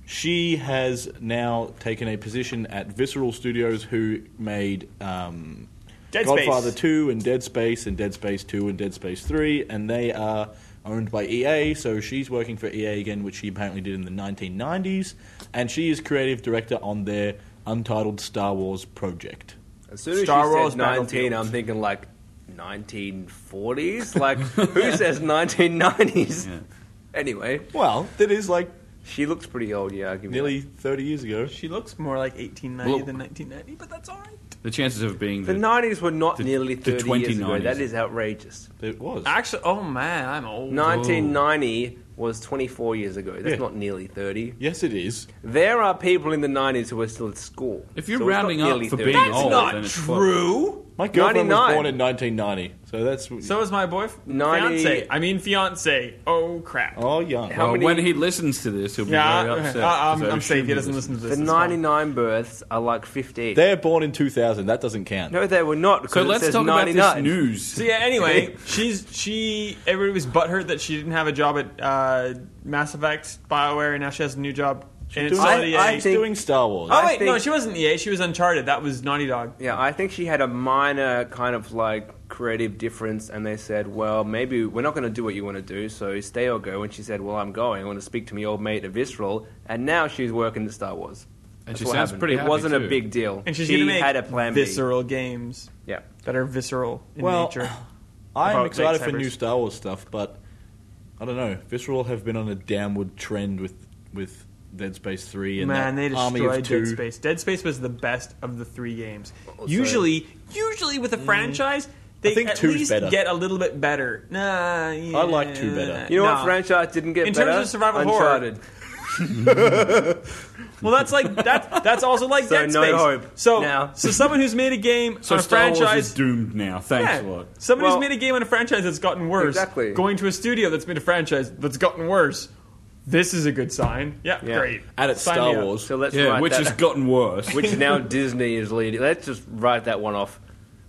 she has now taken a position at Visceral Studios, who made um,
Dead Space.
Godfather 2 and Dead Space and Dead Space 2 and Dead Space 3, and they are owned by EA, so she's working for EA again, which she apparently did in the 1990s, and she is creative director on their untitled Star Wars project.
As soon as
Star
she
Wars
says 19,
Battlefield.
I'm thinking like 1940s? Like, who says 1990s?
Yeah.
Anyway,
Well, that is like
she looks pretty old, yeah, I'll give you
nearly 30 years ago.
She looks more like 1890
Well-
than 1990, but that's all right.
The chances of it being
that. The
the,
90s were not
the-
nearly
the
30 years ago.
2090s.
That is outrageous.
It was.
Actually, oh man, I'm old.
1990 was 24 years ago. That's
Yeah.
not nearly 30.
Yes, it is.
There are people in the 90s who are still at school.
If you're
So it's not
rounding up
nearly
for
30.
being
That's
old,
not
then it's
True.
My girlfriend
99.
was born in 1990, so that's.
So is my boyfriend.
90
Fiance. I mean, fiance. Oh crap.
oh, young.
How
Well,
many-
when he listens to this, he'll be
yeah,
very upset.
I,
because
I'm,
I
I'm safe.
assume
He doesn't
was-
listen to this.
The
It's fine.
99 births are like 15.
They're born in 2000. That doesn't count.
no, they were not.
So
because it
let's
says
talk
99.
about this news.
So yeah. Anyway, she's she. Everybody was butthurt that she didn't have a job at uh, Mass Effect, Bioware, and now she has a new job. and it's
Doing-
still
I-
at EA.
I
She's
think-
doing Star Wars.
oh
I
wait, no,
think-
she wasn't EA. She was Uncharted. That was Naughty Dog.
Yeah, I think she had a minor kind of like creative difference, and they said, "Well, maybe we're not going to do what you want to do, so stay or go." And she said, "Well, I'm going. I want to speak to my old mate at Visceral." And now she's working at Star Wars.
And
That's
she
what
sounds
happened.
pretty
It
happy,
wasn't a
too.
big deal.
And she's
she
gonna make
had a plan B.
visceral games
Yeah,
that are visceral in
Well,
nature.
I am
About
excited for
lightsabers.
new Star Wars stuff, but I don't know. Visceral have been on a downward trend with with Dead Space Three and
Man,
that
they
Army
destroyed
of Two. Oh,
Dead Space. Dead Space was the best of the three games.
Also-
usually, usually with a franchise, they
Mm. think
at
two's
least
better.
get a little bit better. Nah,
I like two better.
you know
Nah.
what franchise didn't get
In terms
better?
of survival horror,
Uncharted.
Well, that's like that. That's also like
So
Dead
no
Space.
hope
So,
now.
so someone who's made a game
So
on a
Star Wars is
franchise.
doomed now. Thanks
Yeah.
a lot.
Someone
Well-
who's made a game on a franchise that's gotten worse.
Exactly.
Going to a studio that's made a franchise that's gotten worse. This is a good sign. Yeah,
Yeah.
great.
And it's
Sign
Star
me up.
Wars.
So let's
Yeah,
write
which
that-
has gotten worse.
which now Disney is leading. Let's just write that one off.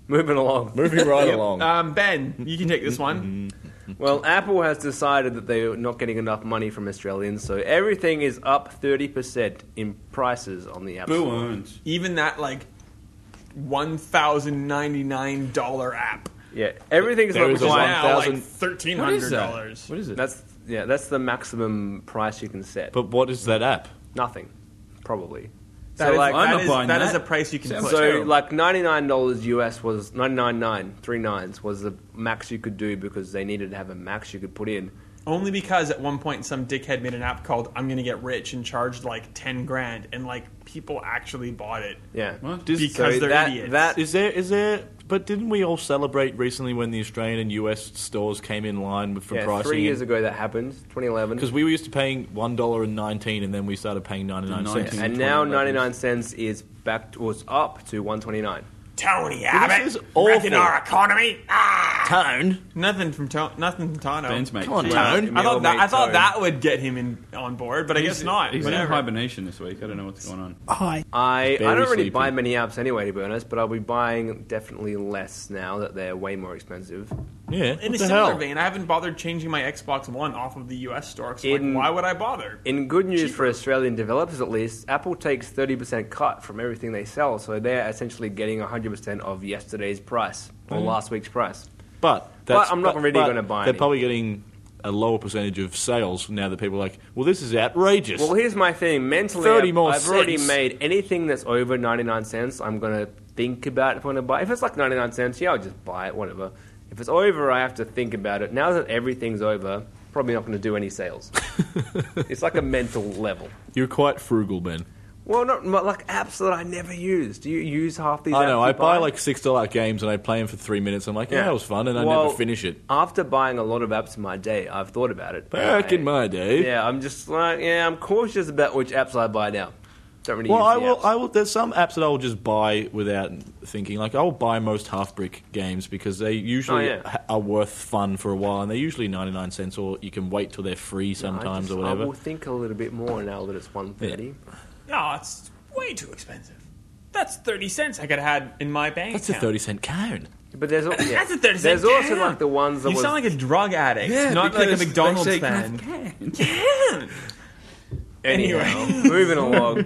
Moving along.
Moving right along.
Um, ben, you can take this one.
Well, Apple has decided that they're not getting enough money from Australians, so everything is up 30% in prices on the App
Boo
Store.
earns.
Even that like one thousand ninety nine dollar app.
Yeah, everything's
There
up
is a
which is-
one-
now like
1,000
thirteen
What is
hundred
that?
dollars.
What is it?
That's yeah, that's the maximum price you can set.
but what is that app?
Nothing, probably.
That is-
like,
I'm
that
not
is-
buying
that
that.
is a price you can
Sounds
put.
So like ninety nine dollars US was ninety nine nine three nines was the max you could do because they needed to have a max you could put in.
Only because at one point some dickhead made an app called "I'm gonna get rich" and charged like ten grand, and like people actually bought it.
Yeah,
What?
Does-
Because
so
they're
that,
idiots.
That
Is there is there? But didn't we all celebrate recently when the Australian and US stores came in line with- for
yeah,
pricing?
three years ago that happened, twenty eleven.
Because we were used to paying one dollar and nineteen, and then we started paying ninety nine cents.
$0.19.
and now
2011s.
99 cents is back was up to 129
Tony
is
Abbott
awful.
wrecking our economy. Ah!
Tone.
Nothing from to- nothing from Tano.
Ben's mate.
Come on,
He's-
Tone.
I thought that I thought
Tone.
that would get him in on board, but I guess not.
He's in
Whatever.
hibernation this week. I don't know what's going on.
I, I
barely
don't really
sleeping.
buy many apps anyway to be honest but I'll be buying definitely less now that they're way more expensive
Yeah.
In
what
a
the
similar
hell?
vein, I haven't bothered changing my Xbox One off of the US store. So
In-
like, why would I bother?
In good news for Australian developers, at least, Apple takes 30% cut from everything they sell, so they're essentially getting 100% of yesterday's price or last week's price.
But
I'm not really
but
gonna buy
They're
any.
probably getting a lower percentage of sales now that people are like, well, this is outrageous.
Well, here's my thing. Mentally,
30
I've,
more
I've already
cents.
made anything that's over 99 cents, I'm going to think about if I'm going to buy If it's like 99 cents, yeah, I'll just buy it, whatever. If it's over, I have to think about it. Now that everything's over, probably not going to do any sales. it's like a mental level.
You're quite frugal, Ben.
Well, not but like apps that I never use. Do you use half these?
I
apps
know.
you
I buy like six dollar games and I play them for three minutes. I'm like, yeah, that was fun, and I
Well,
never finish it.
After buying a lot of apps in my day, I've thought about it.
Back
I-
in my day.
yeah, I'm just like, yeah, I'm cautious about which apps I buy now. Don't really.
Well,
use
I
the
will.
apps.
I will. There's some apps that I will just buy without thinking. Like I will buy most half brick games because they usually
Oh, yeah.
ha- are worth fun for a while, and they're usually 99 cents, or you can wait till they're free sometimes
just-
or
I
whatever.
will think a little bit more now that it's one thirty.
No, it's way too expensive. That's 30 cents I could have had in my bank
That's a
account.
30 cent cone.
But there's al- yeah.
That's a 30 cent
There's also
can.
like the ones that
You
was,
sound like a drug addict, not like a
because they
McDonald's
say,
fan.
"Can."
Can.
anyhow, moving along.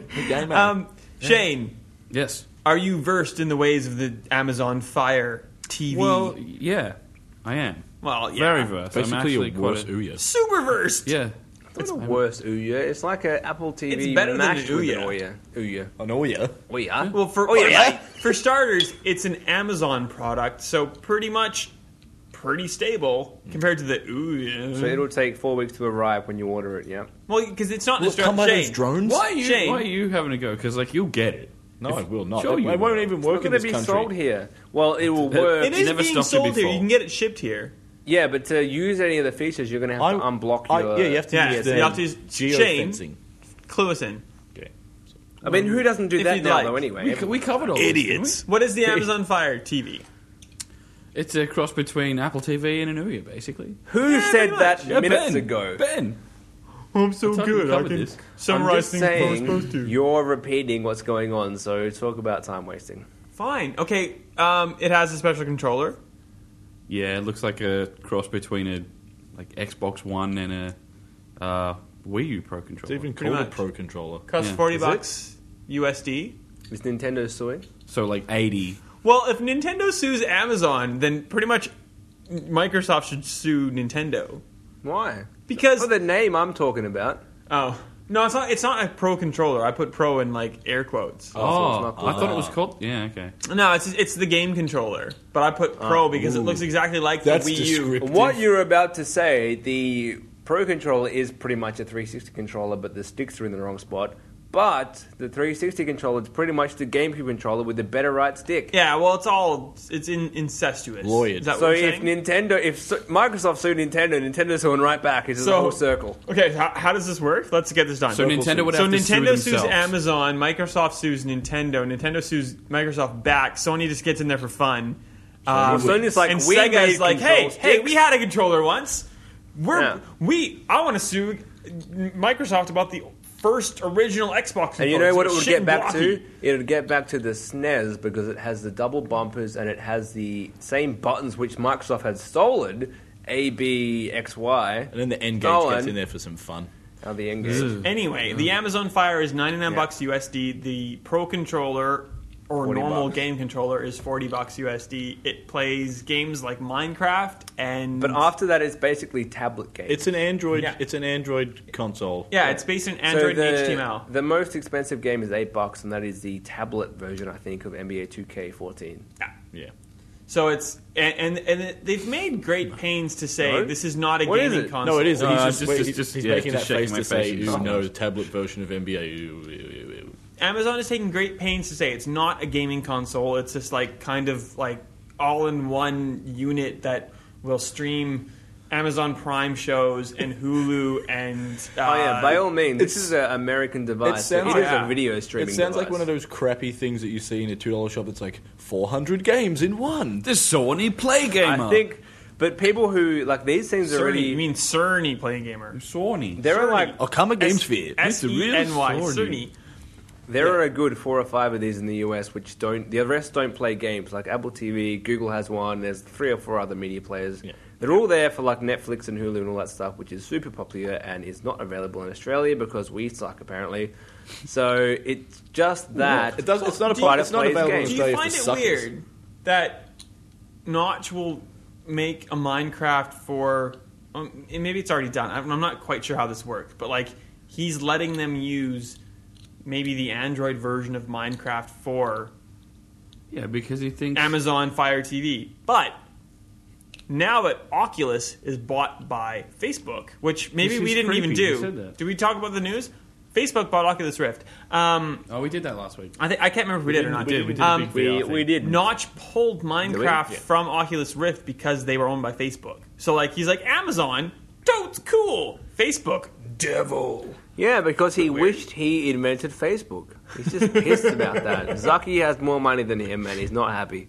Um, Shane,
Yes.
are you versed in the ways of the Amazon Fire TV?
Well, yeah, I am.
Well, yeah.
Very versed. I'm
Basically,
actually
a worse
quite a,
Ouya.
Super versed.
Yeah.
It's not the worst Ouya. It's like an Apple TV.
It's better than
mashed
an
with
Ouya.
an Ouya.
An Ouya.
Ouya. Ouya.
Well, for
oh yeah.
for starters, it's an Amazon product, so pretty much pretty stable compared to the ooh. yeah.
So it'll take four weeks to arrive when you order it. Yeah.
well, because it's not
Look,
disrupt-
come by those
Shane,
drones.
Why are you?
Shane.
Why are you having a go? Because like you'll get it.
No, it will not.
Sure
it,
you
it won't
will.
even
It's
work
not
in
gonna
this
be
country.
sold here. Well, it will
It-
work.
It is
never
being
stopped you
sold here. You
before.
can get it shipped here.
Yeah, but to use any of the features, you're going to have to
I-
unblock
I-
your. uh,
yeah, you have to
Yeah,
use
so
the
you have to use chain.
geofencing.
Clue us in.
Okay.
I mean, who doesn't do
If
that
you'd
now,
like.
though? Anyway,
We, co- we covered all this, didn't we?
Idiots.
What is the Amazon Fire TV?
It's a cross between Apple TV and an Ouya, basically.
who
Yeah,
said
pretty
that
much.
minutes ago?
Ben.
I'm so
I thought we good, I covered can this.
I'm just saying, you're repeating what's going on, so talk about time wasting.
Fine. Okay. Um, it has a special controller.
Yeah, it looks like a cross between a like Xbox One and a uh, Wii U Pro
It's
controller.
even
Pretty
called a
much.
pro controller.
Costs
Yeah.
forty
Is it?
bucks USD.
Is Nintendo suing?
so like eighty.
Well, if Nintendo sues Amazon, then pretty much Microsoft should sue Nintendo
Why?
because
For the name I'm talking about.
oh no, it's not. It's not a pro controller. I put pro in like air quotes.
Oh,
so it's not
I thought it was called. Yeah, okay.
No, it's it's the game controller, but I put pro because it
ooh.
looks exactly like the
That's
Wii U.
descriptive.
What you're about to say, the Pro controller is pretty much a 360 controller, but the sticks are in the wrong spot. But the 360 controller is pretty much the GameCube controller with the better right stick.
Yeah, well, it's all it's in, incestuous.
Lawyered.
Is that
So
what you're
if
saying?
Nintendo, if su- Microsoft sued Nintendo, Nintendo's going right back. It's just a
So-
whole circle.
Okay, how, how does this work? Let's get this done.
So Nintendo would
so
have to sue
Nintendo sues
themselves.
Amazon, Microsoft sues Nintendo, Nintendo sues Microsoft back. Sony just gets in there for fun. Um,
Sony's like,
and
"We
Sega's
made
like,
control
hey, hey,
sticks."
we had a controller once. We're
Yeah.
we. I want to sue Microsoft about the first original Xbox.
Oh,
And you know
controller.
what it
It's
would
shit
get back
blocky.
to? It would get back to the SNES because it has the double bumpers and it has the same buttons which Microsoft had stolen A, B, X, Y.
And then the end
Go
gauge gets
on.
in there Mm. for some fun.
Now the end game.
Anyway, the Amazon Fire is 99
Mm-hmm. Yeah.
bucks USD. The Pro controller or
40
normal
bucks.
game controller is 40 bucks USD. It plays games like Minecraft and
But after that, it's basically tablet games.
It's an Android.
Yeah.
It's an Android console.
yeah, it's based on
So
Android
the,
and HTML.
The most expensive game is eight bucks, and that is the tablet version, I think, of NBA 2K14.
Uh, Yeah.
So it's and and, and it- they've made great pains to say
No?
this is not a
What is
gaming
it? No,
console.
No, it is.
Uh,
he's just,
just-
wait,
just-
he's-
just-
he's
yeah,
making
just
that face
shaking
to
my
say,
face.
"Ooh,
Oh.
no, tablet version of NBA." Ooh, ooh, ooh, ooh.
Amazon is taking great pains to say it's not a gaming console. It's just like kind of like all in one unit that will stream Amazon Prime shows and Hulu and. Uh,
Oh yeah, by all means, this
it's-
is an American device. It,
sounds
it is
like-
a video
It
streaming.
sounds like
device.
one of those crappy things that you see in a two dollar shop. That's like four hundred games in one.
The Sony Play Gamer.
I think, but people who like these things are
Cerny,
already.
you mean Cerny playing gamer?
Sony.
They're
Sony.
like
Oh, come a game sphere.
S E N Y Cerny.
There are a good four or five of these in the US, which don't. The rest don't play games. Like Apple TV, Google has one. There's three or four other media players.
Yeah.
They're all there for like Netflix and Hulu and all that stuff, which is super popular and is not available in Australia because we suck apparently. So it's just that.
It does- it's not a
but
part-
it
it's not
plays
available in
games.
Do
Australia
you
for
find it
suckers.
weird that Notch will make a Minecraft for? Um, and maybe it's already done. I'm I'm not quite sure how this works, but like he's letting them use maybe the Android version of Minecraft for
Yeah, because he thinks
Amazon Fire TV. But now that Oculus is bought by Facebook, which maybe
This
we
is
didn't even
creepy. You
do.
said that.
Did we talk about the news? Facebook bought Oculus Rift. Um,
Oh, we did that last week.
I, think I can't remember if we, did or not.
We did. We did
Um,
a big
We,
VR thing.
we did.
Notch pulled Minecraft
Yeah.
from Oculus Rift because they were owned by Facebook. So like he's like Amazon, totes cool. Facebook, devil.
Yeah, because he wished he invented Facebook. He's just pissed about that. Zucky has more money than him, and he's not happy.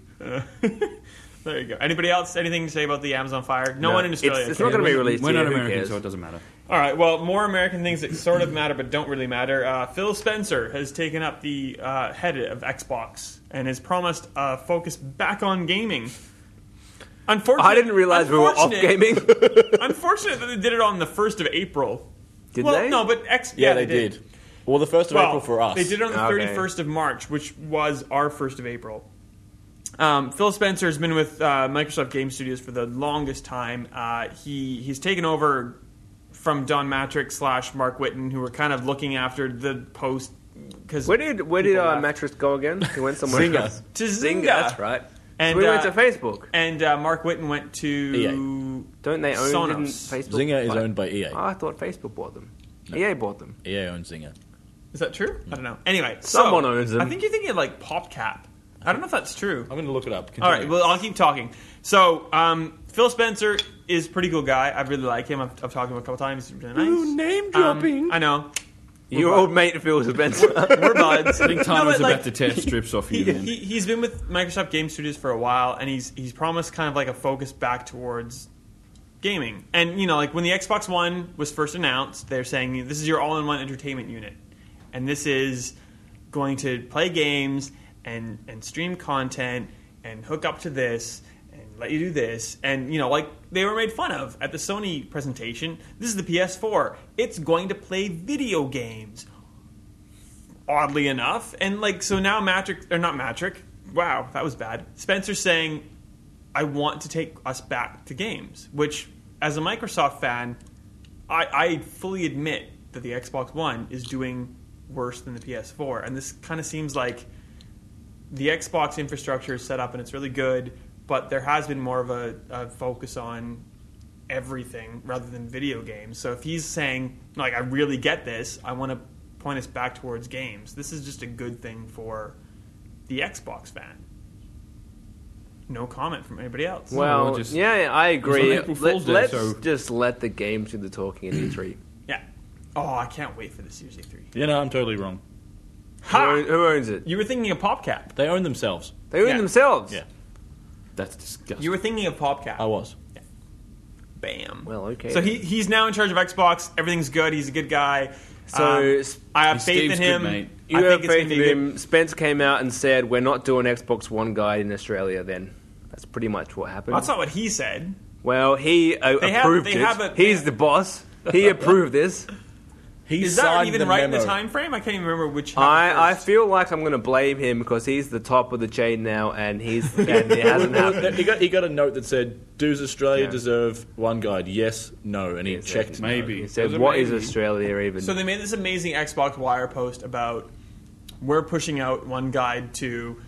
There you go. Anybody else? Anything to say about the Amazon Fire? No,
No,
one in Australia.
it's not gonna be
we're-
released
We're
here,
not
who
American,
cares?
so it doesn't matter.
All right. Well, more American things that sort of matter but don't really matter. Uh, Phil Spencer has taken up the uh, head of Xbox and has promised a focus back on gaming. Unfortunate,
I didn't realize we were off
unfortunate-
gaming.
unfortunate that they did it on the first of April.
Did
well,
they?
No, but X.
Yeah, they, did. Well, the first of April for us.
They did it on the
Okay.
31st of March, which was our 1st of April. Um, Phil Spencer has been with uh, Microsoft Game Studios for the longest time. Uh, he he's taken over from Don Matrick slash Mark Whitten, who were kind of looking after the post. Because
Where did where did
People
our
laugh.
mattress go again? He went somewhere
Zynga.
else.
To Zynga.
That's right.
And,
so we went to
uh,
Facebook.
and uh, Mark Whitten went to
Don't they own?
Sonos.
Didn't Facebook?
Zynga is
buy-
owned by E EA.
I thought Facebook bought them. EA bought them.
EA owns Zynga.
Is that true? I don't know. Anyway,
Someone
so,
owns them.
I think you're thinking of like PopCap. I don't know if that's true.
I'm going to look it up.
All right, well, I'll keep talking. So, um, Phil Spencer is a pretty cool guy. I really like him. I've, I've talked to him a couple times. He's really nice.
Ooh, name
Um,
dropping.
I know.
Your old mate Phil Spencer.
We're buds.
I think Tano's
but,
about
like,
to tear strips off you,
He,
man.
he, he's been with Microsoft Game Studios for a while, and he's he's promised kind of like a focus back towards gaming. And you know, like when the Xbox One was first announced, they're saying this is your all-in-one entertainment unit, and this is going to play games and and stream content and hook up to this and let you do this. And you know, like they were made fun of at the Sony presentation. This is the PS4. It's going to play video games oddly enough. And like so now Matrick or not Matrick. Wow, that was bad. Spencer's saying, I want to take us back to games, which as a Microsoft fan, I, I fully admit that the Xbox One is doing worse than the PS4. And this kind of seems like the Xbox infrastructure is set up and it's really good, but there has been more of a, a focus on everything rather than video games. So if he's saying, like, I really get this, I want to point us back towards games, this is just a good thing for the Xbox fan. No comment from anybody else.
well,
we'll just-
yeah, yeah, I agree.
on April
Let,
Fool's Day,
us
so-
just let the games do the talking in E E3.
Yeah. Oh, I can't wait for this year's E3.
you know, I'm totally wrong.
who,
Ha!
own- who owns it?
You were thinking of PopCap.
They own themselves.
They own
Yeah.
themselves.
Yeah.
That's disgusting.
You were thinking of PopCap.
I was.
Bam.
Oh, Well, okay.
So he, he's now in charge of Xbox. Everything's good. He's a good guy.
So,
Um, I have
He's
faith
Steve's
in him.
good mate.
You
I
have
think it's
faith
going to
in
be good.
him. Spence came out and said, "We're not doing Xbox One guide in Australia." Then that's pretty much what happened.
That's not what he said.
well, he uh,
They have-
approved
they
it.
have a-
He's the boss. He approved this.
He
Is that
signed
even
the
right
memo.
in the time frame? I can't even remember which. happened
I, I
first.
feel like I'm going to blame him because he's the top of the chain now, and he's and it hasn't
Well,
happened.
he, got, he got a note that said, "Does Australia
Yeah.
deserve one guide? Yes, no." And he checked.
maybe.
He said,
There's a
"What is
maybe.
Australia even?"
So they made this amazing Xbox Wire post about we're pushing out one guide to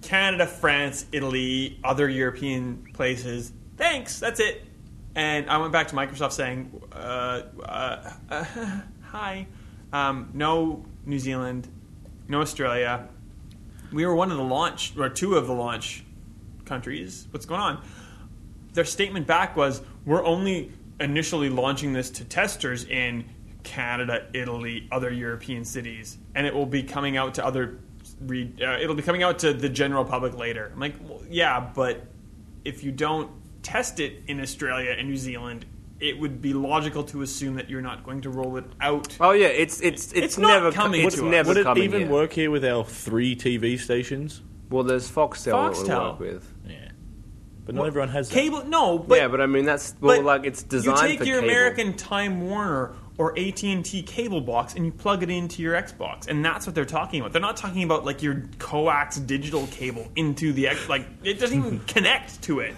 Canada, France, Italy, other European places. Thanks, that's it. And I went back to Microsoft saying, uh, uh, uh, "Hi, um, no New Zealand, no Australia. We were one of the launch or two of the launch countries. What's going on?" their statement back was we're only initially launching this to testers in Canada, Italy, other European cities, and it will be coming out to other re- uh, it'll be coming out to the general public later. I'm like, well, yeah, but if you don't test it in Australia and New Zealand it would be logical to assume that you're not going to roll it out.
Oh yeah, it's it's it's,
It's not
never
coming
It's
to us.
never
Would it
coming
even
here.
work here with our three TV stations?
Well, there's Foxtel, that
Foxtel.
would work with.
Yeah, but not everyone has that.
Cable? No, but
yeah, but I mean that's well,
but
like it's designed
You take
for
your
cable.
American Time Warner or AT and T cable box and you plug it into your Xbox, and that's what they're talking about. They're not talking about like your coax digital cable into the X. Like it doesn't even connect to it.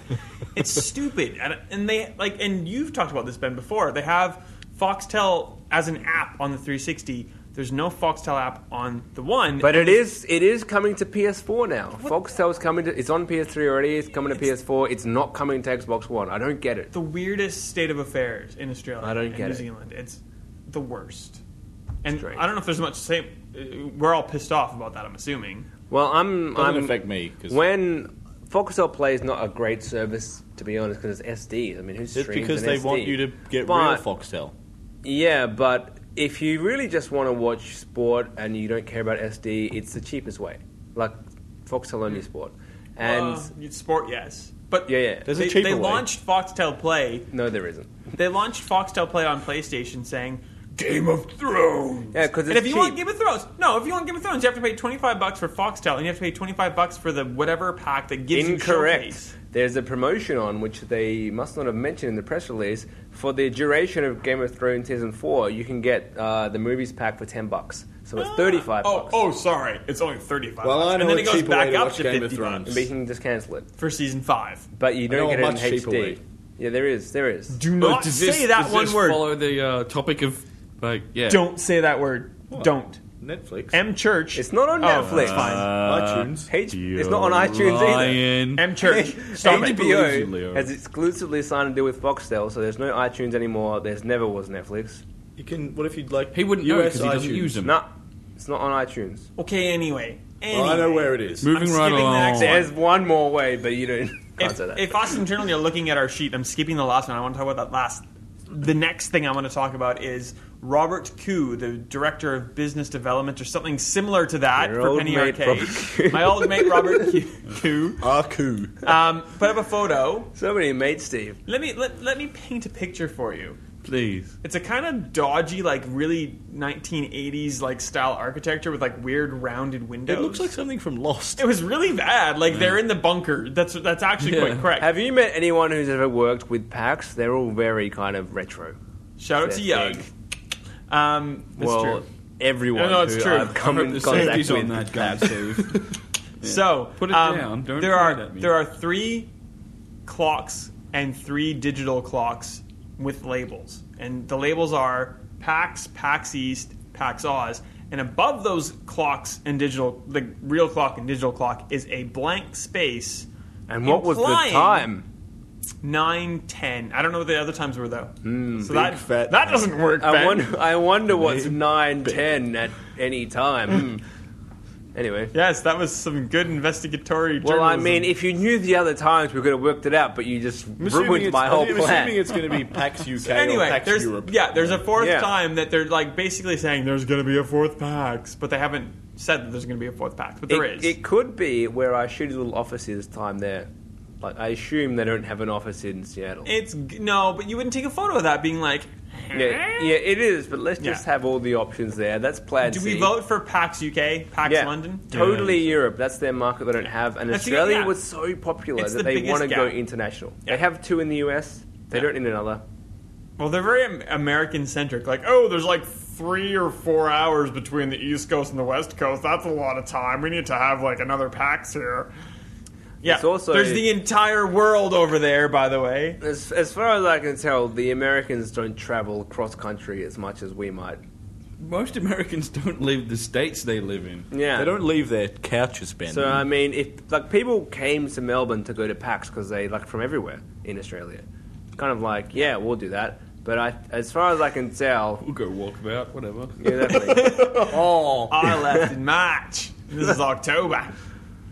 It's stupid, and and they like and you've talked about this Ben before. They have Foxtel as an app on the 360. There's no Foxtel app on the one,
But
and
it is it is coming to PS4 now. Foxtel's coming to it's on PS3 already. It's coming to PS4. It's not coming to Xbox One. I don't get it.
the weirdest state of affairs in Australia
I don't
and
get
New
it.
Zealand. It's the worst. And
Strange.
I don't know if there's much to say. Uh, We're all pissed off about that, I'm assuming.
Well, I'm
doesn't
I'm
affect me because
when Foxtel Play is not a great service to be honest because it's SD. I mean, who's
it's because they want you to get
But-
real Foxtel.
Yeah, but if you really just want to watch sport and you don't care about SD, it's the cheapest way. Like Foxtel only sport, and
Uh, you'd sport, yes. But
Yeah, yeah.
There's a
they,
cheaper
they
way.
launched Foxtel Play.
no, there isn't.
They launched Foxtel Play on PlayStation saying, Game of Thrones!
Yeah, 'cause
And
it's
if you want
cheap.
Game of Thrones, no, if you want Game of Thrones, you have to pay 25 bucks for Foxtel, and you have to pay 25 bucks for the whatever pack that gives you Showcase.
Incorrect. There's a promotion on which they must not have mentioned in the press release. For the duration of Game of Thrones season four, you can get uh, the movies pack for ten bucks. So
Ah.
it's thirty-five
Oh,
bucks.
oh, sorry. It's only 35
Well,
bucks.
I know
and then
a
it goes
cheaper
back
way to
up
watch
to
Game of
50
Thrones.
bucks
But you can just cancel it.
for season 5.
But you don't
know
get
a
it in
much cheaper
HD.
way.
Yeah, there is. There is.
Do not
does
say
this,
that
does
one
this
word.
Follow the uh, topic of like yeah.
Don't say that word. Don't.
Netflix.
M Church.
It's not on
Oh,
Netflix.
it's fine.
Uh,
iTunes.
H- it's not on iTunes either.
either.
M Church. Stop it.
believes you, Leo.
HBO has exclusively signed a deal with Foxtel, so there's no iTunes anymore. There's never was Netflix.
You can. What if you'd like?
He wouldn't know because he doesn't use them.
Nah, it's not on iTunes.
Okay, anyway.
Well, I know where it is.
Moving
I'm
right
skipping the next
along.
ad.
There's one more way, but you don't. Can't
Oh If,
say that.
if us internally are looking at our sheet, I'm skipping the last one. I want to talk about that last. The next thing I want to talk about is Robert Koo, the director of business development, or something similar to that
Your
for
old
Penny
mate,
Arcade.
Robert Koo.
My old mate Robert Koo
Aku.
um, put up a photo.
so many mates, Steve.
Let me let, let me paint a picture for you.
Please.
It's a kind of dodgy, like really 1980s like style architecture with like weird rounded windows.
It looks like something from Lost.
it was really bad. Like they're in the bunker. That's that's actually quite
Yeah.
correct.
Have you met anyone who's ever worked with PAX? They're all very kind of retro.
Shout out to
Yeah,
Yug. Um, that's
well,
true.
everyone
No, no, it's
who
true.
I've come in
the
contact with
safety's on that guy, Steve.
So
Put it
um,
down. Don't
there
throw
are
it at me.
there are three clocks and three digital clocks with labels, and the labels are PAX, PAX East, PAX Oz, and above those clocks and digital, the real clock and digital clock is a blank space.
And what was the
Implying-
time?
Nine ten. I don't know what the other times were though. so that
fat-
that doesn't work.
Hmm, I
Ben.
wonder, I wonder what's nine ten at any time. Hmm. anyway.
Yes, that was some good investigatory.
Well, I
journalism.
mean, if you knew the other times, we could have worked it out, but you just
I'm assuming
ruined
it's-
my whole
I'm
plan.
assuming it's going to be PAX UK or
anyway,
PAX
there's
Europe.
yeah, there's a fourth
Yeah.
time that they're like basically saying there's going to be a fourth PAX, but they haven't said that there's going to be a fourth PAX, but there
it,
is.
it could be where our shitty little office is time there. Like, I assume they don't have an office in Seattle.
it's g- no, but you wouldn't take a photo of that being like,
yeah, yeah, it is, but let's just
Yeah.
have all the options there. That's plan
do
C.
we vote for PAX UK, PAX
Yeah.
London?
Totally Europe. That's their market they don't have. And
That's the-
Australia
yeah.
was so popular
It's
that
the
they
biggest
want to go
gap.
international.
Yeah.
They have two in the US, they
Yeah.
don't need another.
Well, they're very American centric. Like, oh, there's like three or four hours between the East Coast and the West Coast. That's a lot of time. We need to have like another PAX here. Yeah,
It's also-
there's the entire world over there. By the way,
As, as far as I can tell, the Americans don't travel cross country as much as we might.
Most Americans don't leave the states they live in.
Yeah.
They don't leave their couches, Ben.
So uh, I mean, if like people came to Melbourne to go to PAX because they like from everywhere in Australia, kind of like yeah, we'll do that. But I, as far as I can tell,
We'll go walkabout, whatever.
exactly.
oh,
I left in March. This is October.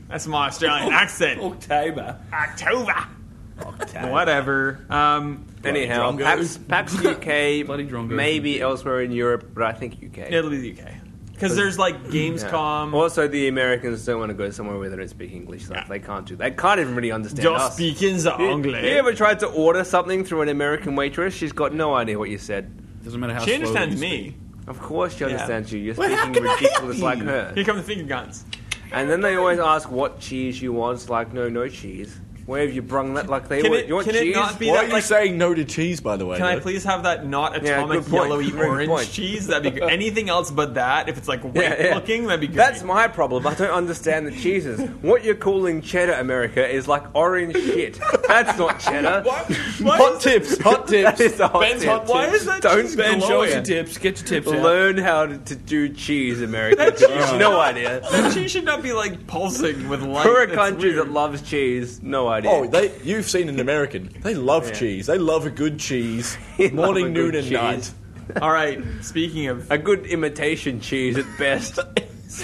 That's my Australian
Oh,
accent.
October.
October. Whatever. Um,
anyhow,
Bloody
PAX, PAX UK,
Bloody drongos.
maybe elsewhere in Europe, but I think UK.
Italy, UK. Because there's like Gamescom.
Also, the Americans don't want to go somewhere where they don't speak English. Like, They can't do. They can't even really understand
Just
us.
speaking the
You-
English.
You ever tried to order something through an American waitress? She's got no idea what you said.
Doesn't matter how
she
slow it
understands
is.
me.
Of course, she
Yeah.
understands you. You're
Well, how
speaking
can I help
ridiculous like
you?
her.
Here come the finger guns.
And then they always ask what cheese you want. It's like, no, no cheese. Where have you brung that? Like they
Can
want,
it-
you want
can it
cheese?
not be
Why
that-
are you
like-
saying no to cheese, by the way?
Can I
though?
please have that not
Yeah,
atomic
good point.
yellowy
Good
orange
point.
cheese? That'd be gr- anything else but that. If it's like white
Yeah, yeah.
looking, that'd be great.
That's my problem. I don't understand the cheeses. What you're calling cheddar, America, is like orange shit. That's not cheddar.
Why
Hot
is-
tips, hot tips.
That is a hot
Ben's
tip.
hot
Why
tips.
is that
Don't
cheese
Ben
glowing?
Get your tips. Get your tips. out.
Learn how to, to do cheese, America. You have no idea.
That cheese should not be like pulsing with light.
For a
That's
country
weird.
that loves cheese, no idea.
Oh, they, you've seen an American. They love
Yeah.
cheese. They love a good cheese.
They love a
Morning,
good
noon, and
cheese.
night.
All right. Speaking of
a good imitation cheese at best.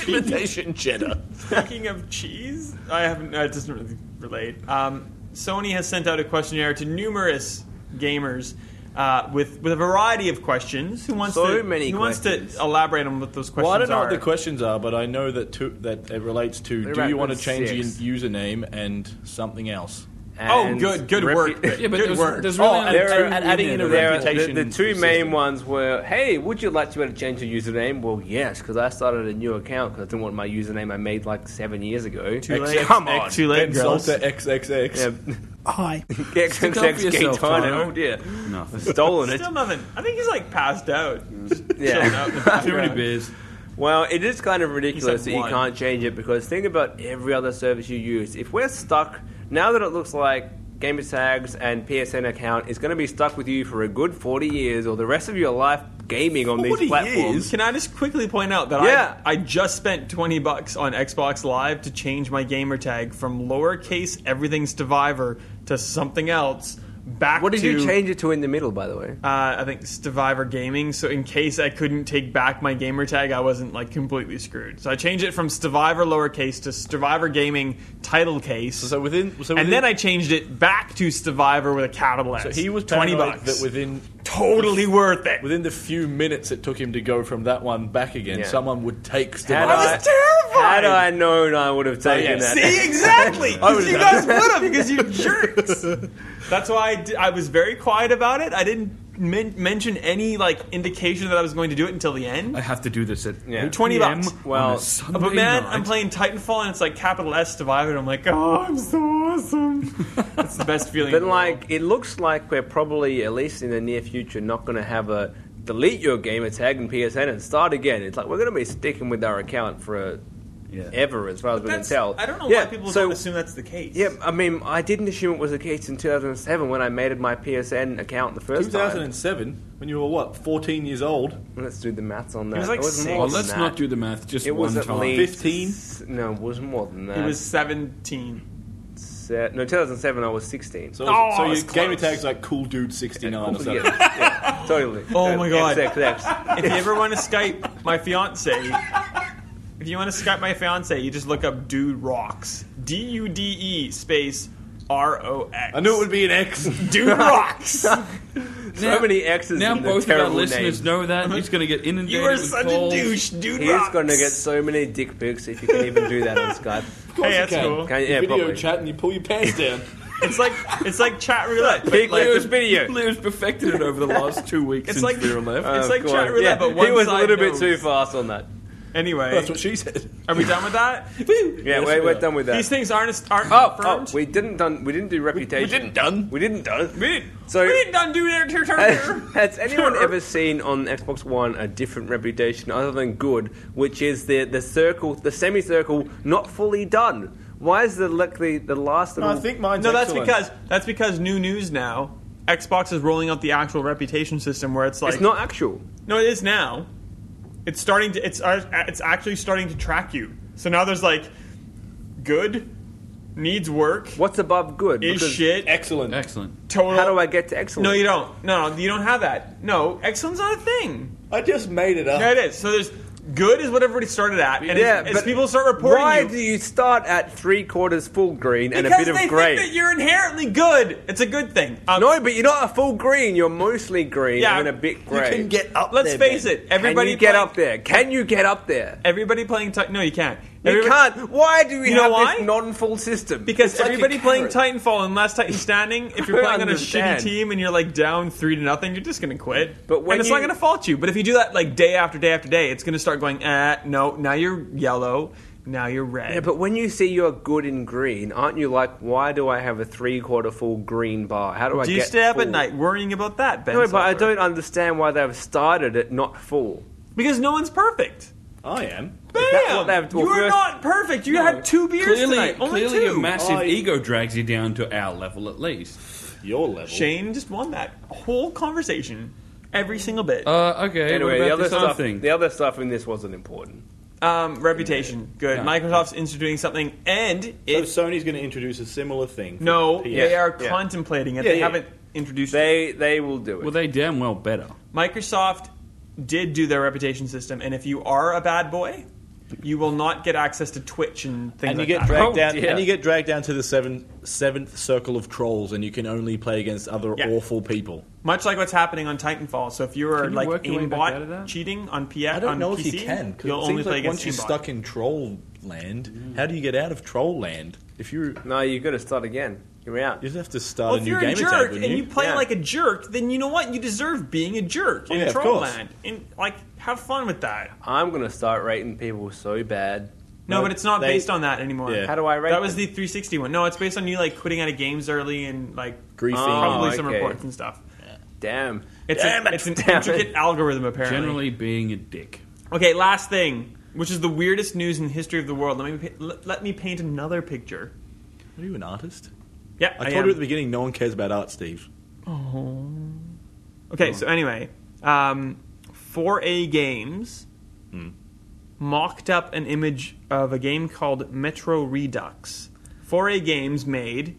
Imitation cheddar.
Speaking of cheese, I haven't. It doesn't really relate. Um, Sony has sent out a questionnaire to numerous gamers uh, with with a variety of questions. Who wants
So
to?
many
who wants
questions.
to elaborate on what those questions
Well, I don't know
are?
what the questions are, but I know that to, that it relates to
They're
do you
about
want to
the
change
six.
your username and something else?
oh,
And
good, good
repu-
work.
Yeah, but
good
there's,
work.
there's really
Oh,
only
and-
two
and adding in a
there.
There are-
reputation
The, the two
system.
main ones were, "Hey, would you like to be able to change your username?" Well, yes, because I started a new account because I didn't want my username I made like seven years ago.
Too late.
Come on,
Too late,
Ben
girls.
Salter XXX.
Yeah.
Hi.
Stick up for
XXX
yourself,
gay time.
Tyler.
Oh dear,
No,
stolen it.
Still nothing. I think he's like passed out. Chilling out in the
Yeah.
too many
background.
beers.
Well, it is kind of ridiculous that you
one.
can't change it because think about every other service you use. If we're stuck now that it looks like Gamer Tags and PSN account is going to be stuck with you for a good forty years or the rest of your life gaming on these
40
platforms.
years? Can I just quickly point out that
Yeah.
I, I just spent 20 bucks on Xbox Live to change my gamer tag from lowercase everything's to Viver to something else back
What did
to
you change it to in the middle, by the way?
Uh, I think Survivor Gaming. So in case I couldn't take back my gamer tag, I wasn't like completely screwed. So I changed it from Survivor lowercase to Survivor Gaming title case.
So within, so
and
within-
then I changed it back to Survivor with a capital S.
so he was
twenty
paranoid
bucks.
that within
totally worth it.
within the few minutes it took him to go from that one back again,
Yeah.
someone would take.
Had
Stevie.
I was terrified.
Had I known, I would have taken that.
See, exactly.
would've
you guys would have because you jerks. That's why I, di- I was very quiet about it. I didn't men- mention any like indication that I was going to do it until the end.
I have to do this at
Yeah.
20
PM
bucks.
on a
Well,
Sunday
But man,
night.
I'm playing Titanfall and it's like capital S divided. I'm like, oh, I'm so awesome. That's the best feeling. in
But
the world.
like, it looks like we're probably, at least in the near future, not going to have a delete your gamer tag in PSN and start again. It's like we're going to be sticking with our account for a,
Yeah.
ever, as far as we can
That's-
tell.
I don't know
yeah,
why people
so,
don't assume that's the case.
Yeah, I mean, I didn't assume it was the case in 2007 when I made my PSN account the first time.
2007, when you were what, 14 years old?
Let's do the maths on that.
was like six.
more
Well,
than
let's
that.
not do the math. Just
It
one
was at
time.
least
15?
No, it was more than that.
it was 17.
Se- no, 2007. I was 16.
So,
Oh,
so
it
your
was
gamer
close.
tag's like cool dude 69 or something.
Yeah, yeah, totally.
Oh my God.
XXX.
If you ever want to Skype my fiance, if you want to Skype my fiance, you just look up Dude Rocks. D U D E space R O X.
I knew it would be an X.
Dude Rocks.
So many X's
Now
in the
both of our
terrible
listeners
names.
know that. He's going to get inundated
Uh-huh. you are
with
such
calls.
a douche, Dude
He's
Rocks.
going to get so many dick pics if you can even do that on Skype.
Hey, that's cool.
Can, yeah,
Video
probably.
chat and you pull your pants down.
It's like it's like chat roulette. but
Big
like-
Leo's video.
Leo's perfected it over the last two weeks
It's
since
like-
Vera left.
it's like
Oh, Go
chat
on.
roulette,
Yeah,
but one
he was a
side
little
knows.
bit too fast on that.
Anyway,
That's what she said.
are we done with that?
Yeah, we're, we're done with that.
These things aren't aren't
oh, oh,
confirmed.
we didn't done. We didn't do reputation.
didn't done.
We didn't done.
We didn't.
So-
we didn't undo their turn.
Has, has anyone
Sure.
ever seen on Xbox One a different reputation other than good, which is the the circle, the semicircle, not fully done? Why is the like the, the last little?
I think mine's
No, that's
excellent.
because that's because new news now. Xbox is rolling out the actual reputation system where it's like
it's not actual.
no, it is now. It's starting to it's uh, it's actually starting to track you. So now there's like good needs work
What's above good?
is
Because
shit
Excellent.
Excellent.
total.
How do I get to excellent?
No, you don't. No, you don't have that. No, excellent's not a thing.
I just made it up.
Yeah, it is. So there's good is what everybody started at, and
yeah,
as, as
but
people start reporting
Why
you,
do you start at three quarters full green and a
because
bit
they
of grey?
think that you're inherently good. It's a good thing. Um,
no, but you're not a full green. You're mostly green
Yeah,
and a bit grey.
can
get up.
let's face it, everybody
Can you get
playing-
up there? Can you get up there?
Everybody playing Titan. No, you can't.
You
Everybody-
can't. Why do we
You know
have
why?
this non-full system?
Because
It's like a
everybody playing
carrot.
Titanfall and Last Titan Standing, if
I
you're playing on a shitty
understand.
team and you're like down three to nothing, you're just gonna quit.
But when
and it's
you-
not gonna fault you. But if you do that like day after day after day, it's gonna start going. Eh, no, now you're yellow, now you're red.
Yeah, but when you see you're good in green, aren't you like, why do I have a three-quarter full green bar? How do, I
do
get?
you stay up at
full?
night worrying about that, Ben?
No, but I
Sullivan?
don't understand why they've started it not full.
Because no one's perfect.
I am.
Bam!
that what they have- well,
you are
first-
not perfect. You had two beers
Clearly,
tonight. Only
clearly
two.
your massive
I-
ego drags you down to our level at least.
Your level.
Shane just won that whole conversation, every single bit.
Oh.
Uh, okay.
Anyway, the
what about
other
this other
stuff,
thing?
the other stuff in this wasn't important.
um, reputation, good. Microsoft's instituting something, and
So
it's
Sony's going to introduce a similar thing. for
No,
PS.
they are
Yeah.
contemplating it.
Yeah,
they
yeah.
haven't introduced it.
They they will do it.
Well, they damn well better.
Microsoft did do their reputation system, and if you are a bad boy, you will not get access to Twitch and things
And you
like
get
that.
dragged
Oh,
down,
dear.
and you get dragged down to the seventh seventh circle of trolls, and you can only play against other
Yeah.
awful people.
Much like what's happening on Titanfall. So if you are
Can you
like
work your way back out of
aimbot
that?
cheating on PS,
I don't
on
know
PC,
if you can. Cause
you'll
it seems
only play
like once
against
you're
aimbot.
stuck in troll land, how do you get out of troll land? If you
no, you're gonna start again. You're out.
you just have to start
Well,
a
if
new
you're
game
a
attack,
jerk
wouldn't
and you, play
Yeah.
like a jerk, then you know what? You deserve being a jerk
Oh, Yeah,
in
of
Troll
course.
Land. And like, have fun with that.
I'm gonna start rating people so bad.
No,
No,
but it's not
they-
based on that anymore.
Yeah.
How do I rate
That was
them?
the 360 one. No, it's based on you like quitting out of games early and like
Griefing.
probably
Oh,
some
okay.
reports and stuff.
Damn.
It's,
Damn
a,
it,
it's an
damn
intricate
it.
algorithm apparently.
Generally, being a dick.
Okay, last thing, which is the weirdest news in the history of the world. Let me pa- let, let me paint another picture.
you? Are you an artist?
Yeah,
I,
I
told
am.
you at the beginning, no one cares about art, Steve.
Okay, so anyway, um, 4A Games mocked up an image of a game called Metro Redux. 4A Games made,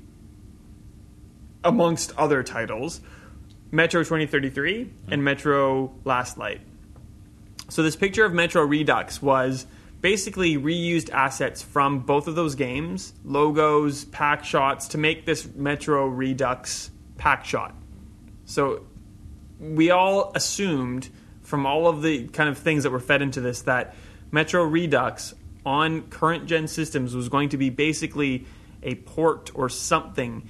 amongst other titles, Metro 2033 and Metro Last Light. So this picture of Metro Redux was basically reused assets from both of those games, logos, pack shots, to make this Metro Redux pack shot. So we all assumed from all of the kind of things that were fed into this that Metro Redux on current gen systems was going to be basically a port or something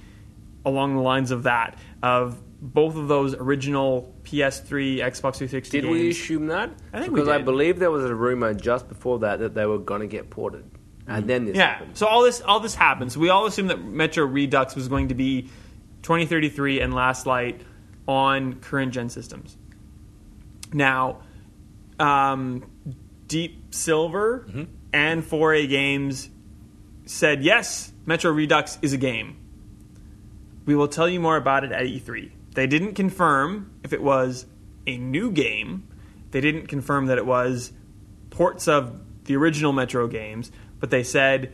along the lines of that of both of those original PS3, Xbox 360
Did
games.
we assume that?
I think we
because I
did.
believe there was a rumor just before that that they were gonna get ported, and then this
Yeah.
happened.
So all this all this happens. We all assumed that Metro Redux was going to be 2033 and Last Light on current gen systems. Now, um, Deep Silver and 4A Games said yes, Metro Redux is a game. We will tell you more about it at E3. They didn't confirm if it was a new game. They didn't confirm that it was ports of the original Metro games, but they said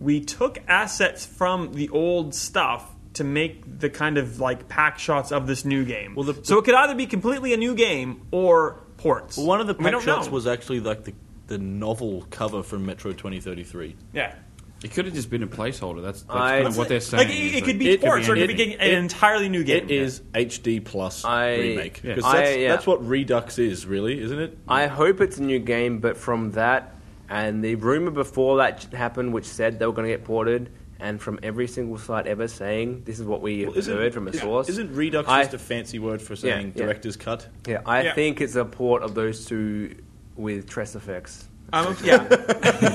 we took assets from the old stuff to make the kind of like pack shots of this new game.
Well, the-
so it could either be completely a new game or ports.
One of the
We
pack
don't
shots
know.
was actually like the the novel cover from Metro 2033.
yeah.
It could have just been a placeholder. That's, that's
I-
kind of what they're saying.
Like it,
is
it
that-
could be
it could be
ports, or it could be
anything.
an
It-
entirely new game.
It is HD plus
I-
remake
Yeah.
because
I-
that's,
yeah.
that's what Redux is, really, isn't it?
I hope it's a new game, but from that and the rumor before that j- happened, which said they were going to get ported, and from every single site ever saying this is what we
Well, isn't-
heard from a
yeah.
source.
Isn't Redux
I-
just a fancy word for saying
yeah.
director's cut?
Yeah, I
Yeah.
think it's a port of those two with Tress effects,
Um, yeah,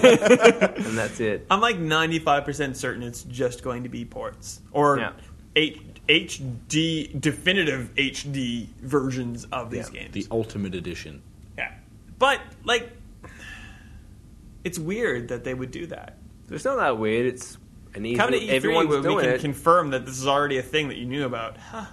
and that's it.
I'm like 95 percent certain it's just going to be ports or
Yeah.
H- HD definitive HD versions of these games.
The Ultimate Edition.
yeah, but like, it's weird that they would do that.
It's not that weird. It's an easy.
Come to E3
everyone's
where
doing
we can
it.
confirm that this is already a thing that you knew about. Huh.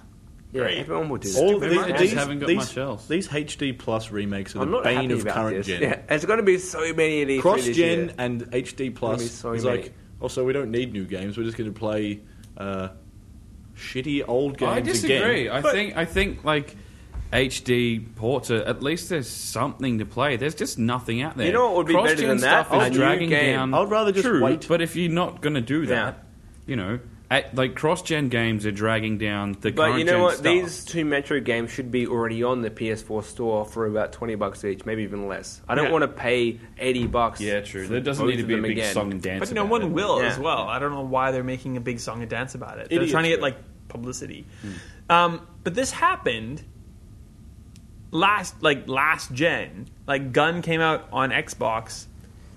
yeah,
great.
everyone will do that.
All
They might just haven't got
these,
much else.
these HD plus remakes are
I'm
the
not
bane
happy
of
about
current
this.
gen.
Yeah, there's going to be so many of these.
Cross
this
gen
year.
and HD plus
be so
is
many.
like. Also, we don't need new games. We're just going to play uh, shitty old games
I disagree.
again.
I
But-
think I think like HD ports, uh, at least there's something to play. There's just nothing out there.
You know what would be better
Cross-gen
than that?
stuff is
A new
dragging
game.
down.
I'd rather just
True,
wait.
But if you're not going to do
Yeah.
that, you know, at, like cross-gen games are dragging down the.
But you know
current-gen
what?
stuff.
These two Metro games should be already on the PS4 store for about twenty bucks each, maybe even less. I don't
Yeah.
want to pay eighty bucks.
Yeah, true.
for
There doesn't
both
need to
of
be a
them
big
again.
song and dance.
But no
about
one
it.
will
Yeah.
as well. I don't know why they're making a big song and dance about it. They're
Idiots,
trying to get
yeah.
like publicity.
Hmm.
Um, but this happened last, like last gen. Like Gun came out on Xbox.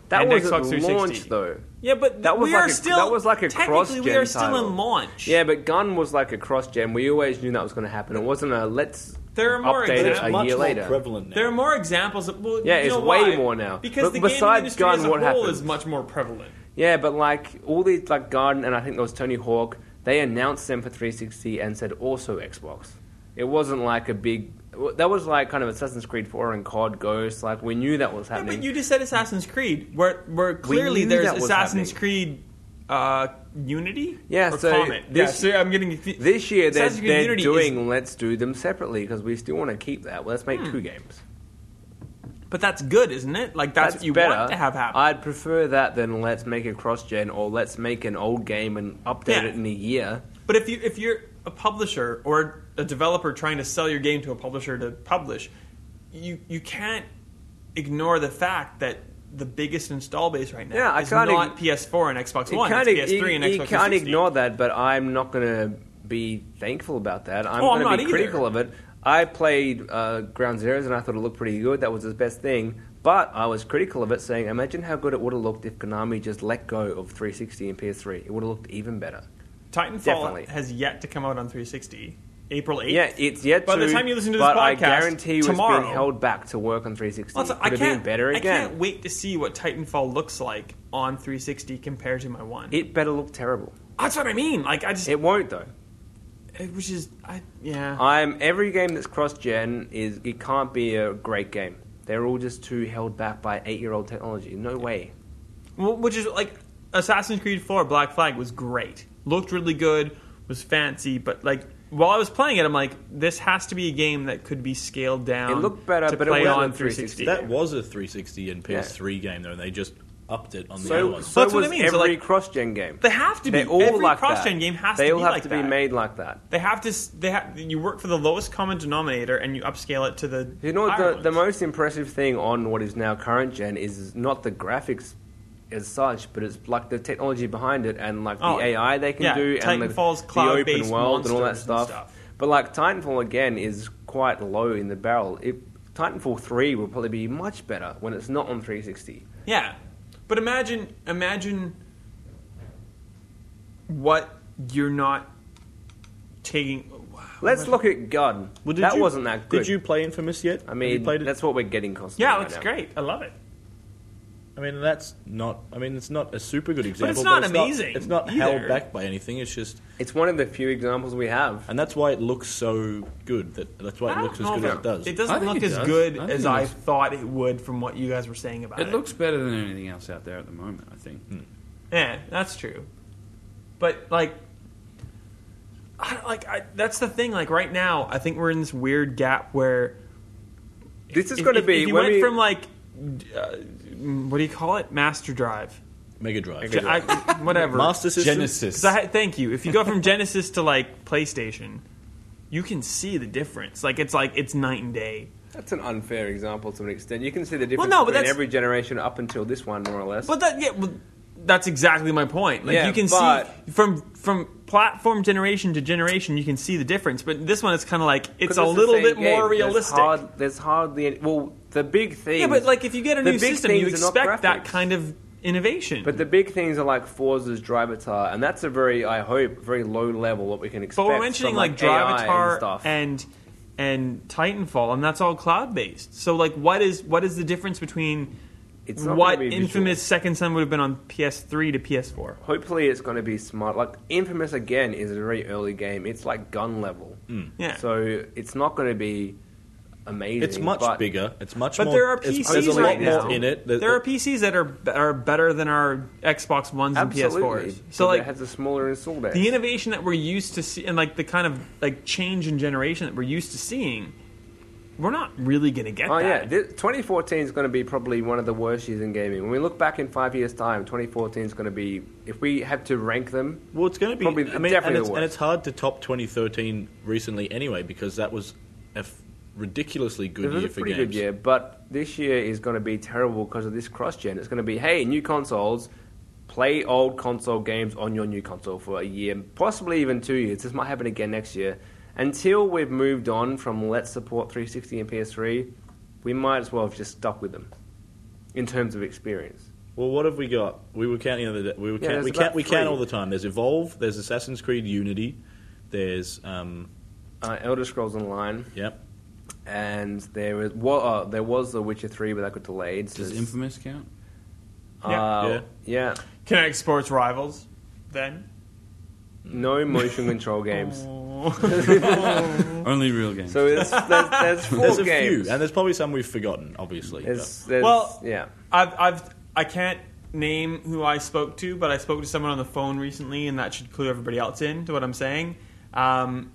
That
and
wasn't
Xbox 360.
launch though.
Yeah, but
That was
we
like
are
a-
still
that was like a
technically we
cross-gen
are still
title.
in launch.
Yeah, but Gun was like a cross gen. We always knew that was going to happen. It wasn't a let's
There are more
update it
examples.
a
Much
year later.
prevalent now.
There are more examples. Of, well,
Yeah,
you
it's
know
way
why?
more now.
Because
But
the
besides
gaming industry
Gun,
as a
what
whole
happened?
is much more prevalent.
Yeah, but like all these like Garden and I think there was Tony Hawk, they announced them for 360 and said also Xbox. It wasn't like a big that was like kind of Assassin's Creed 4 and COD Ghost. Like we knew that was
Yeah,
happening.
but you just said Assassin's Creed, where where clearly
knew
there's
that was
Assassin's
happening.
Creed uh, Unity.
Yeah,
or
so
Comet.
this-
yeah, so I'm getting confused.
this year they're,
Assassin's Creed
they're
Unity
doing let's do them separately because we still want to keep that. Well, let's make
Hmm.
two games.
but that's good, isn't it? Like that's, what you
better.
want to have happen.
I'd prefer that than let's make a cross gen or let's make an old game and update
Yeah.
it in a year.
but if you if you're a publisher or a developer trying to sell your game to a publisher to publish, you you can't ignore the fact that the biggest install base right now
Yeah, I
is
can't
not
ig-
PS4 and Xbox
You
One,
can't,
it's
ig-
PS3 and
you-
Xbox
you can't
360.
ignore that, but I'm not going to be thankful about that. I'm
Oh,
going
I'm
to
not
be
either.
critical of it. I played uh, Ground Zeroes and I thought it looked pretty good. That was its best thing. But I was critical of it, saying, imagine how good it would have looked if Konami just let go of 360 and PS3. It would have looked even better.
Titanfall
Definitely.
has yet to come out on 360. April 8th.
Yeah, it's yet
By
to.
the time you listen to this
but I
podcast,
guarantee it was
tomorrow-
being held back to work on 360.
Also,
Could
I
have been
can't.
better again.
I can't wait to see what Titanfall looks like on 360 compared to my one.
It better look terrible.
That's what I mean. Like I just,
It Uh, won't though.
it- which is, I yeah.
I'm every game that's cross-gen is it can't be a great game. They're all just too held back by eight-year-old technology. No way.
Well, which is like Assassin's Creed 4 Black Flag was great. Looked really good, was fancy, but like while I was playing it, I'm like, this has to be a game that could be scaled down.
It looked better,
to
but it
play
wasn't
on
360.
360.
That was a 360 and PS3 game though, and they just upped it on the other
So,
one.
so
that's what
was
I mean.
every
So, like,
cross-gen game.
they have to be.
They're all
Every
like
cross-gen
that.
game has
they
to
all
be
have
like
to
that.
be made like that.
They have to. s- They have. You work for the lowest common denominator, and you upscale it to the.
You know,
higher
the, the
ones.
most impressive thing on what is now current gen is not the graphics as such, but it's like the technology behind it and like the
Oh,
AI they can
yeah,
do and the,
Titanfall's
the open
cloud-based
world and all that
monsters and
stuff.
stuff.
But like Titanfall again is quite low in the barrel. It, Titanfall three will probably be much better when it's not on 360.
Yeah, but imagine imagine what you're not taking.
Let's look at Gun.
Well, did
that
you-
wasn't that good.
Did you play Infamous yet?
I
Have
mean,
you played it?
that's what we're getting constantly.
Yeah, it
right
looks
now.
great. I love it.
I mean, that's not. I mean, it's not a super good example.
not amazing
it's not
either.
held back by anything. It's just,
It's one of the few examples we have.
and that's why it looks so good. That that's why it looks as good as it does.
It
I
doesn't
think
look
it
as
does.
good
I think
as
it
I
looks-
thought it would from what you guys were saying about it.
It looks better than anything else out there at the moment. I think.
Yeah, that's true. But like, I, don't- like I, that's the thing. Like right now, I think we're in this weird gap where
This is
if-
going to
if-
be
if you
when
went
we-
from like d- uh, what do you call it, master drive,
Mega Drive,
J- I, whatever.
Master System,
Genesis.
'Cause I, thank you. If you go from Genesis to like PlayStation, you can see the difference. Like it's like it's night and day.
That's an unfair example to an extent. You can see the difference
no, but
between
that's-
every generation up until this one, more or less.
But that yeah, well, that's exactly my point. Like
Yeah,
you can see
but-
from from platform generation to generation, you can see the difference. But this one, it's kind of like
'Cause
it's a
the
little
same
bit
game.
more
There's
realistic.
hard- there's hardly any, well, the big thing.
yeah, but like if you get a
the
new
big
system, you
things are not
expect
graphics.
that kind of innovation.
But the big things are like Forza's Drivatar, and that's a very, I hope, very low level what we can expect.
but we're mentioning
from,
like
AI and
Drivatar
stuff.
and and Titanfall, and that's all cloud based. So like, what is what is the difference between
It's not
what
gonna be
infamous
visual.
Second Son would have been on PS3 to PS4?
Hopefully, it's going to be smart. Like Infamous again is a very early game. It's like gun level,
Yeah.
so it's not going to be amazing.
Hmm. It's much
but-
bigger. It's much
But
more.
there are
it's-
PCs
There's a lot
right
more
now.
in it. There,
There are PCs that are are better than our Xbox Ones and
Absolutely.
PS4s. So
it
like
has a smaller install base.
the innovation that we're used to see and like the kind of like change in generation that we're used to seeing we're not really going to get
Oh
that.
yeah, Thi- 2014 is going to be probably one of the worst years in gaming. When we look back in five years' time, 2014 is going to be if we had to rank them.
Well, it's going to be.
Probably
I mean,
definitely
and
the
it's, and
worst.
it's hard to top 2013 recently anyway because that was a f- ridiculously good
it was
year
a
for
pretty
games.
good year, but this year is going to be terrible because of this cross-gen. It's going to be hey, new consoles, play old console games on your new console for a year, possibly even two years. This might happen again next year. Until we've moved on from let's support 360 and PS3, we might as well have just stuck with them in terms of experience.
Well, what have we got? We were counting the other day. We were
Yeah,
count,
there's
we
about
count, we count
three.
all the time. There's Evolve. There's Assassin's Creed Unity. There's um,
Uh, Elder Scrolls Online.
yep.
and there was well, uh, there was The Witcher three, but that got delayed. So
Does
it's-
Infamous count?
uh, yeah.
Kinect Sports Rivals, then.
no motion control games.
Only real games.
So it's, there's, there's four
There's a
games.
few, and there's probably some we've forgotten, obviously.
There's- there's-
Well-
yeah,
I've, I've, I can't name who I spoke to, but I spoke to someone on the phone recently, and that should clue everybody else in to what I'm saying. Um,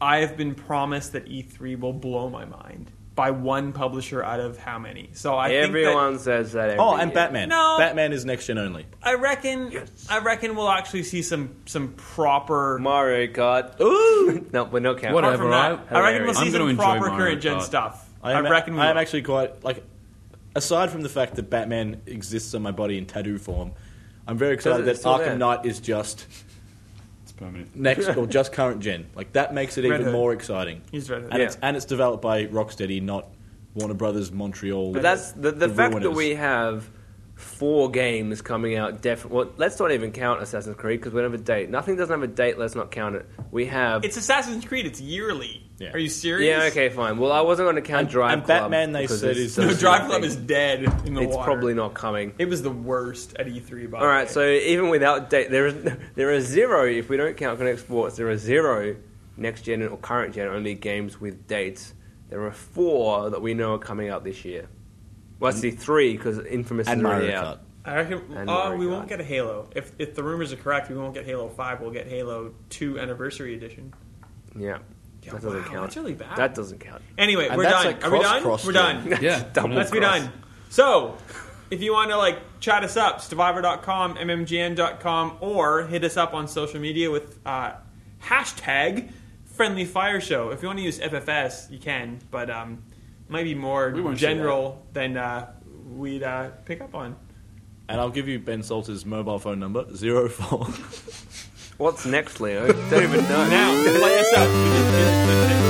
I have been promised that E3 will blow my mind by one publisher out of how many? So I
everyone
think
says that. Every
But- oh, and
year.
Batman.
No.
Batman is next gen only.
that I reckon I reckon we'll actually see some some proper.
Mario Kart. Ooh, no, we're not counting.
apart
Whatever.
from that,
I-
I reckon we'll
I'm
see
gonna
some
enjoy
proper
Mario
current gen
Kart.
stuff.
I am,
reckon we
I am
will.
actually quite like. Aside from the fact that Batman exists on my body in tattoo form, I'm very excited
Does it- it's
that
still
Arkham
there.
Knight is just
it's permanent.
next or just current gen. Like that makes it
Red
even
Hood.
more exciting.
He's Red Hood.
and
Yeah.
it's and it's developed by Rocksteady, not Warner Brothers Montreal.
But that's the, the, fact that
ruiners.
we have four games coming out. Def- well, let's not even count Assassin's Creed because we don't have a date. Nothing doesn't have a date. Let's not count it. We have.
It's Assassin's Creed. It's yearly.
Yeah.
Are you serious?
yeah, okay, fine. Well, I wasn't going to count
And-
Drive
and
Club
Batman, they
because
said
it's
is-
so
No, Drive
nothing.
Club is dead in the
It's
water.
probably not coming.
It was the worst at E3. By
All right, so even without date, there is there are zero. If we don't count Connect Sports, there are zero next gen or current gen only games with dates. There are four that we know are coming out this year. Well, I see three because Infamous
and
is already
Mario Kart.
out.
I reckon
And
uh,
Mario
we
Kart.
won't get a Halo. If if the rumors are correct, we won't get Halo Five. We'll get Halo Two Anniversary Edition.
Yeah,
Yeah,
that doesn't
wow,
count.
that's really bad.
That doesn't count.
Anyway,
And
we're
that's
done.
like
are we done?
cross-cross
We're
gen.
done.
Yeah.
Double
Let's be
cross.
done. So, if you want to like chat us up, survivor.com, mmgn.com, or hit us up on social media with uh, hashtag friendly fire show. If you want to use FFS, you can, but um, might be more
We won't see
general than uh, we'd uh, pick up on.
And I'll give you Ben Salter's mobile phone number zero four.
What's next, Leo? don't even know.
Now, play us up.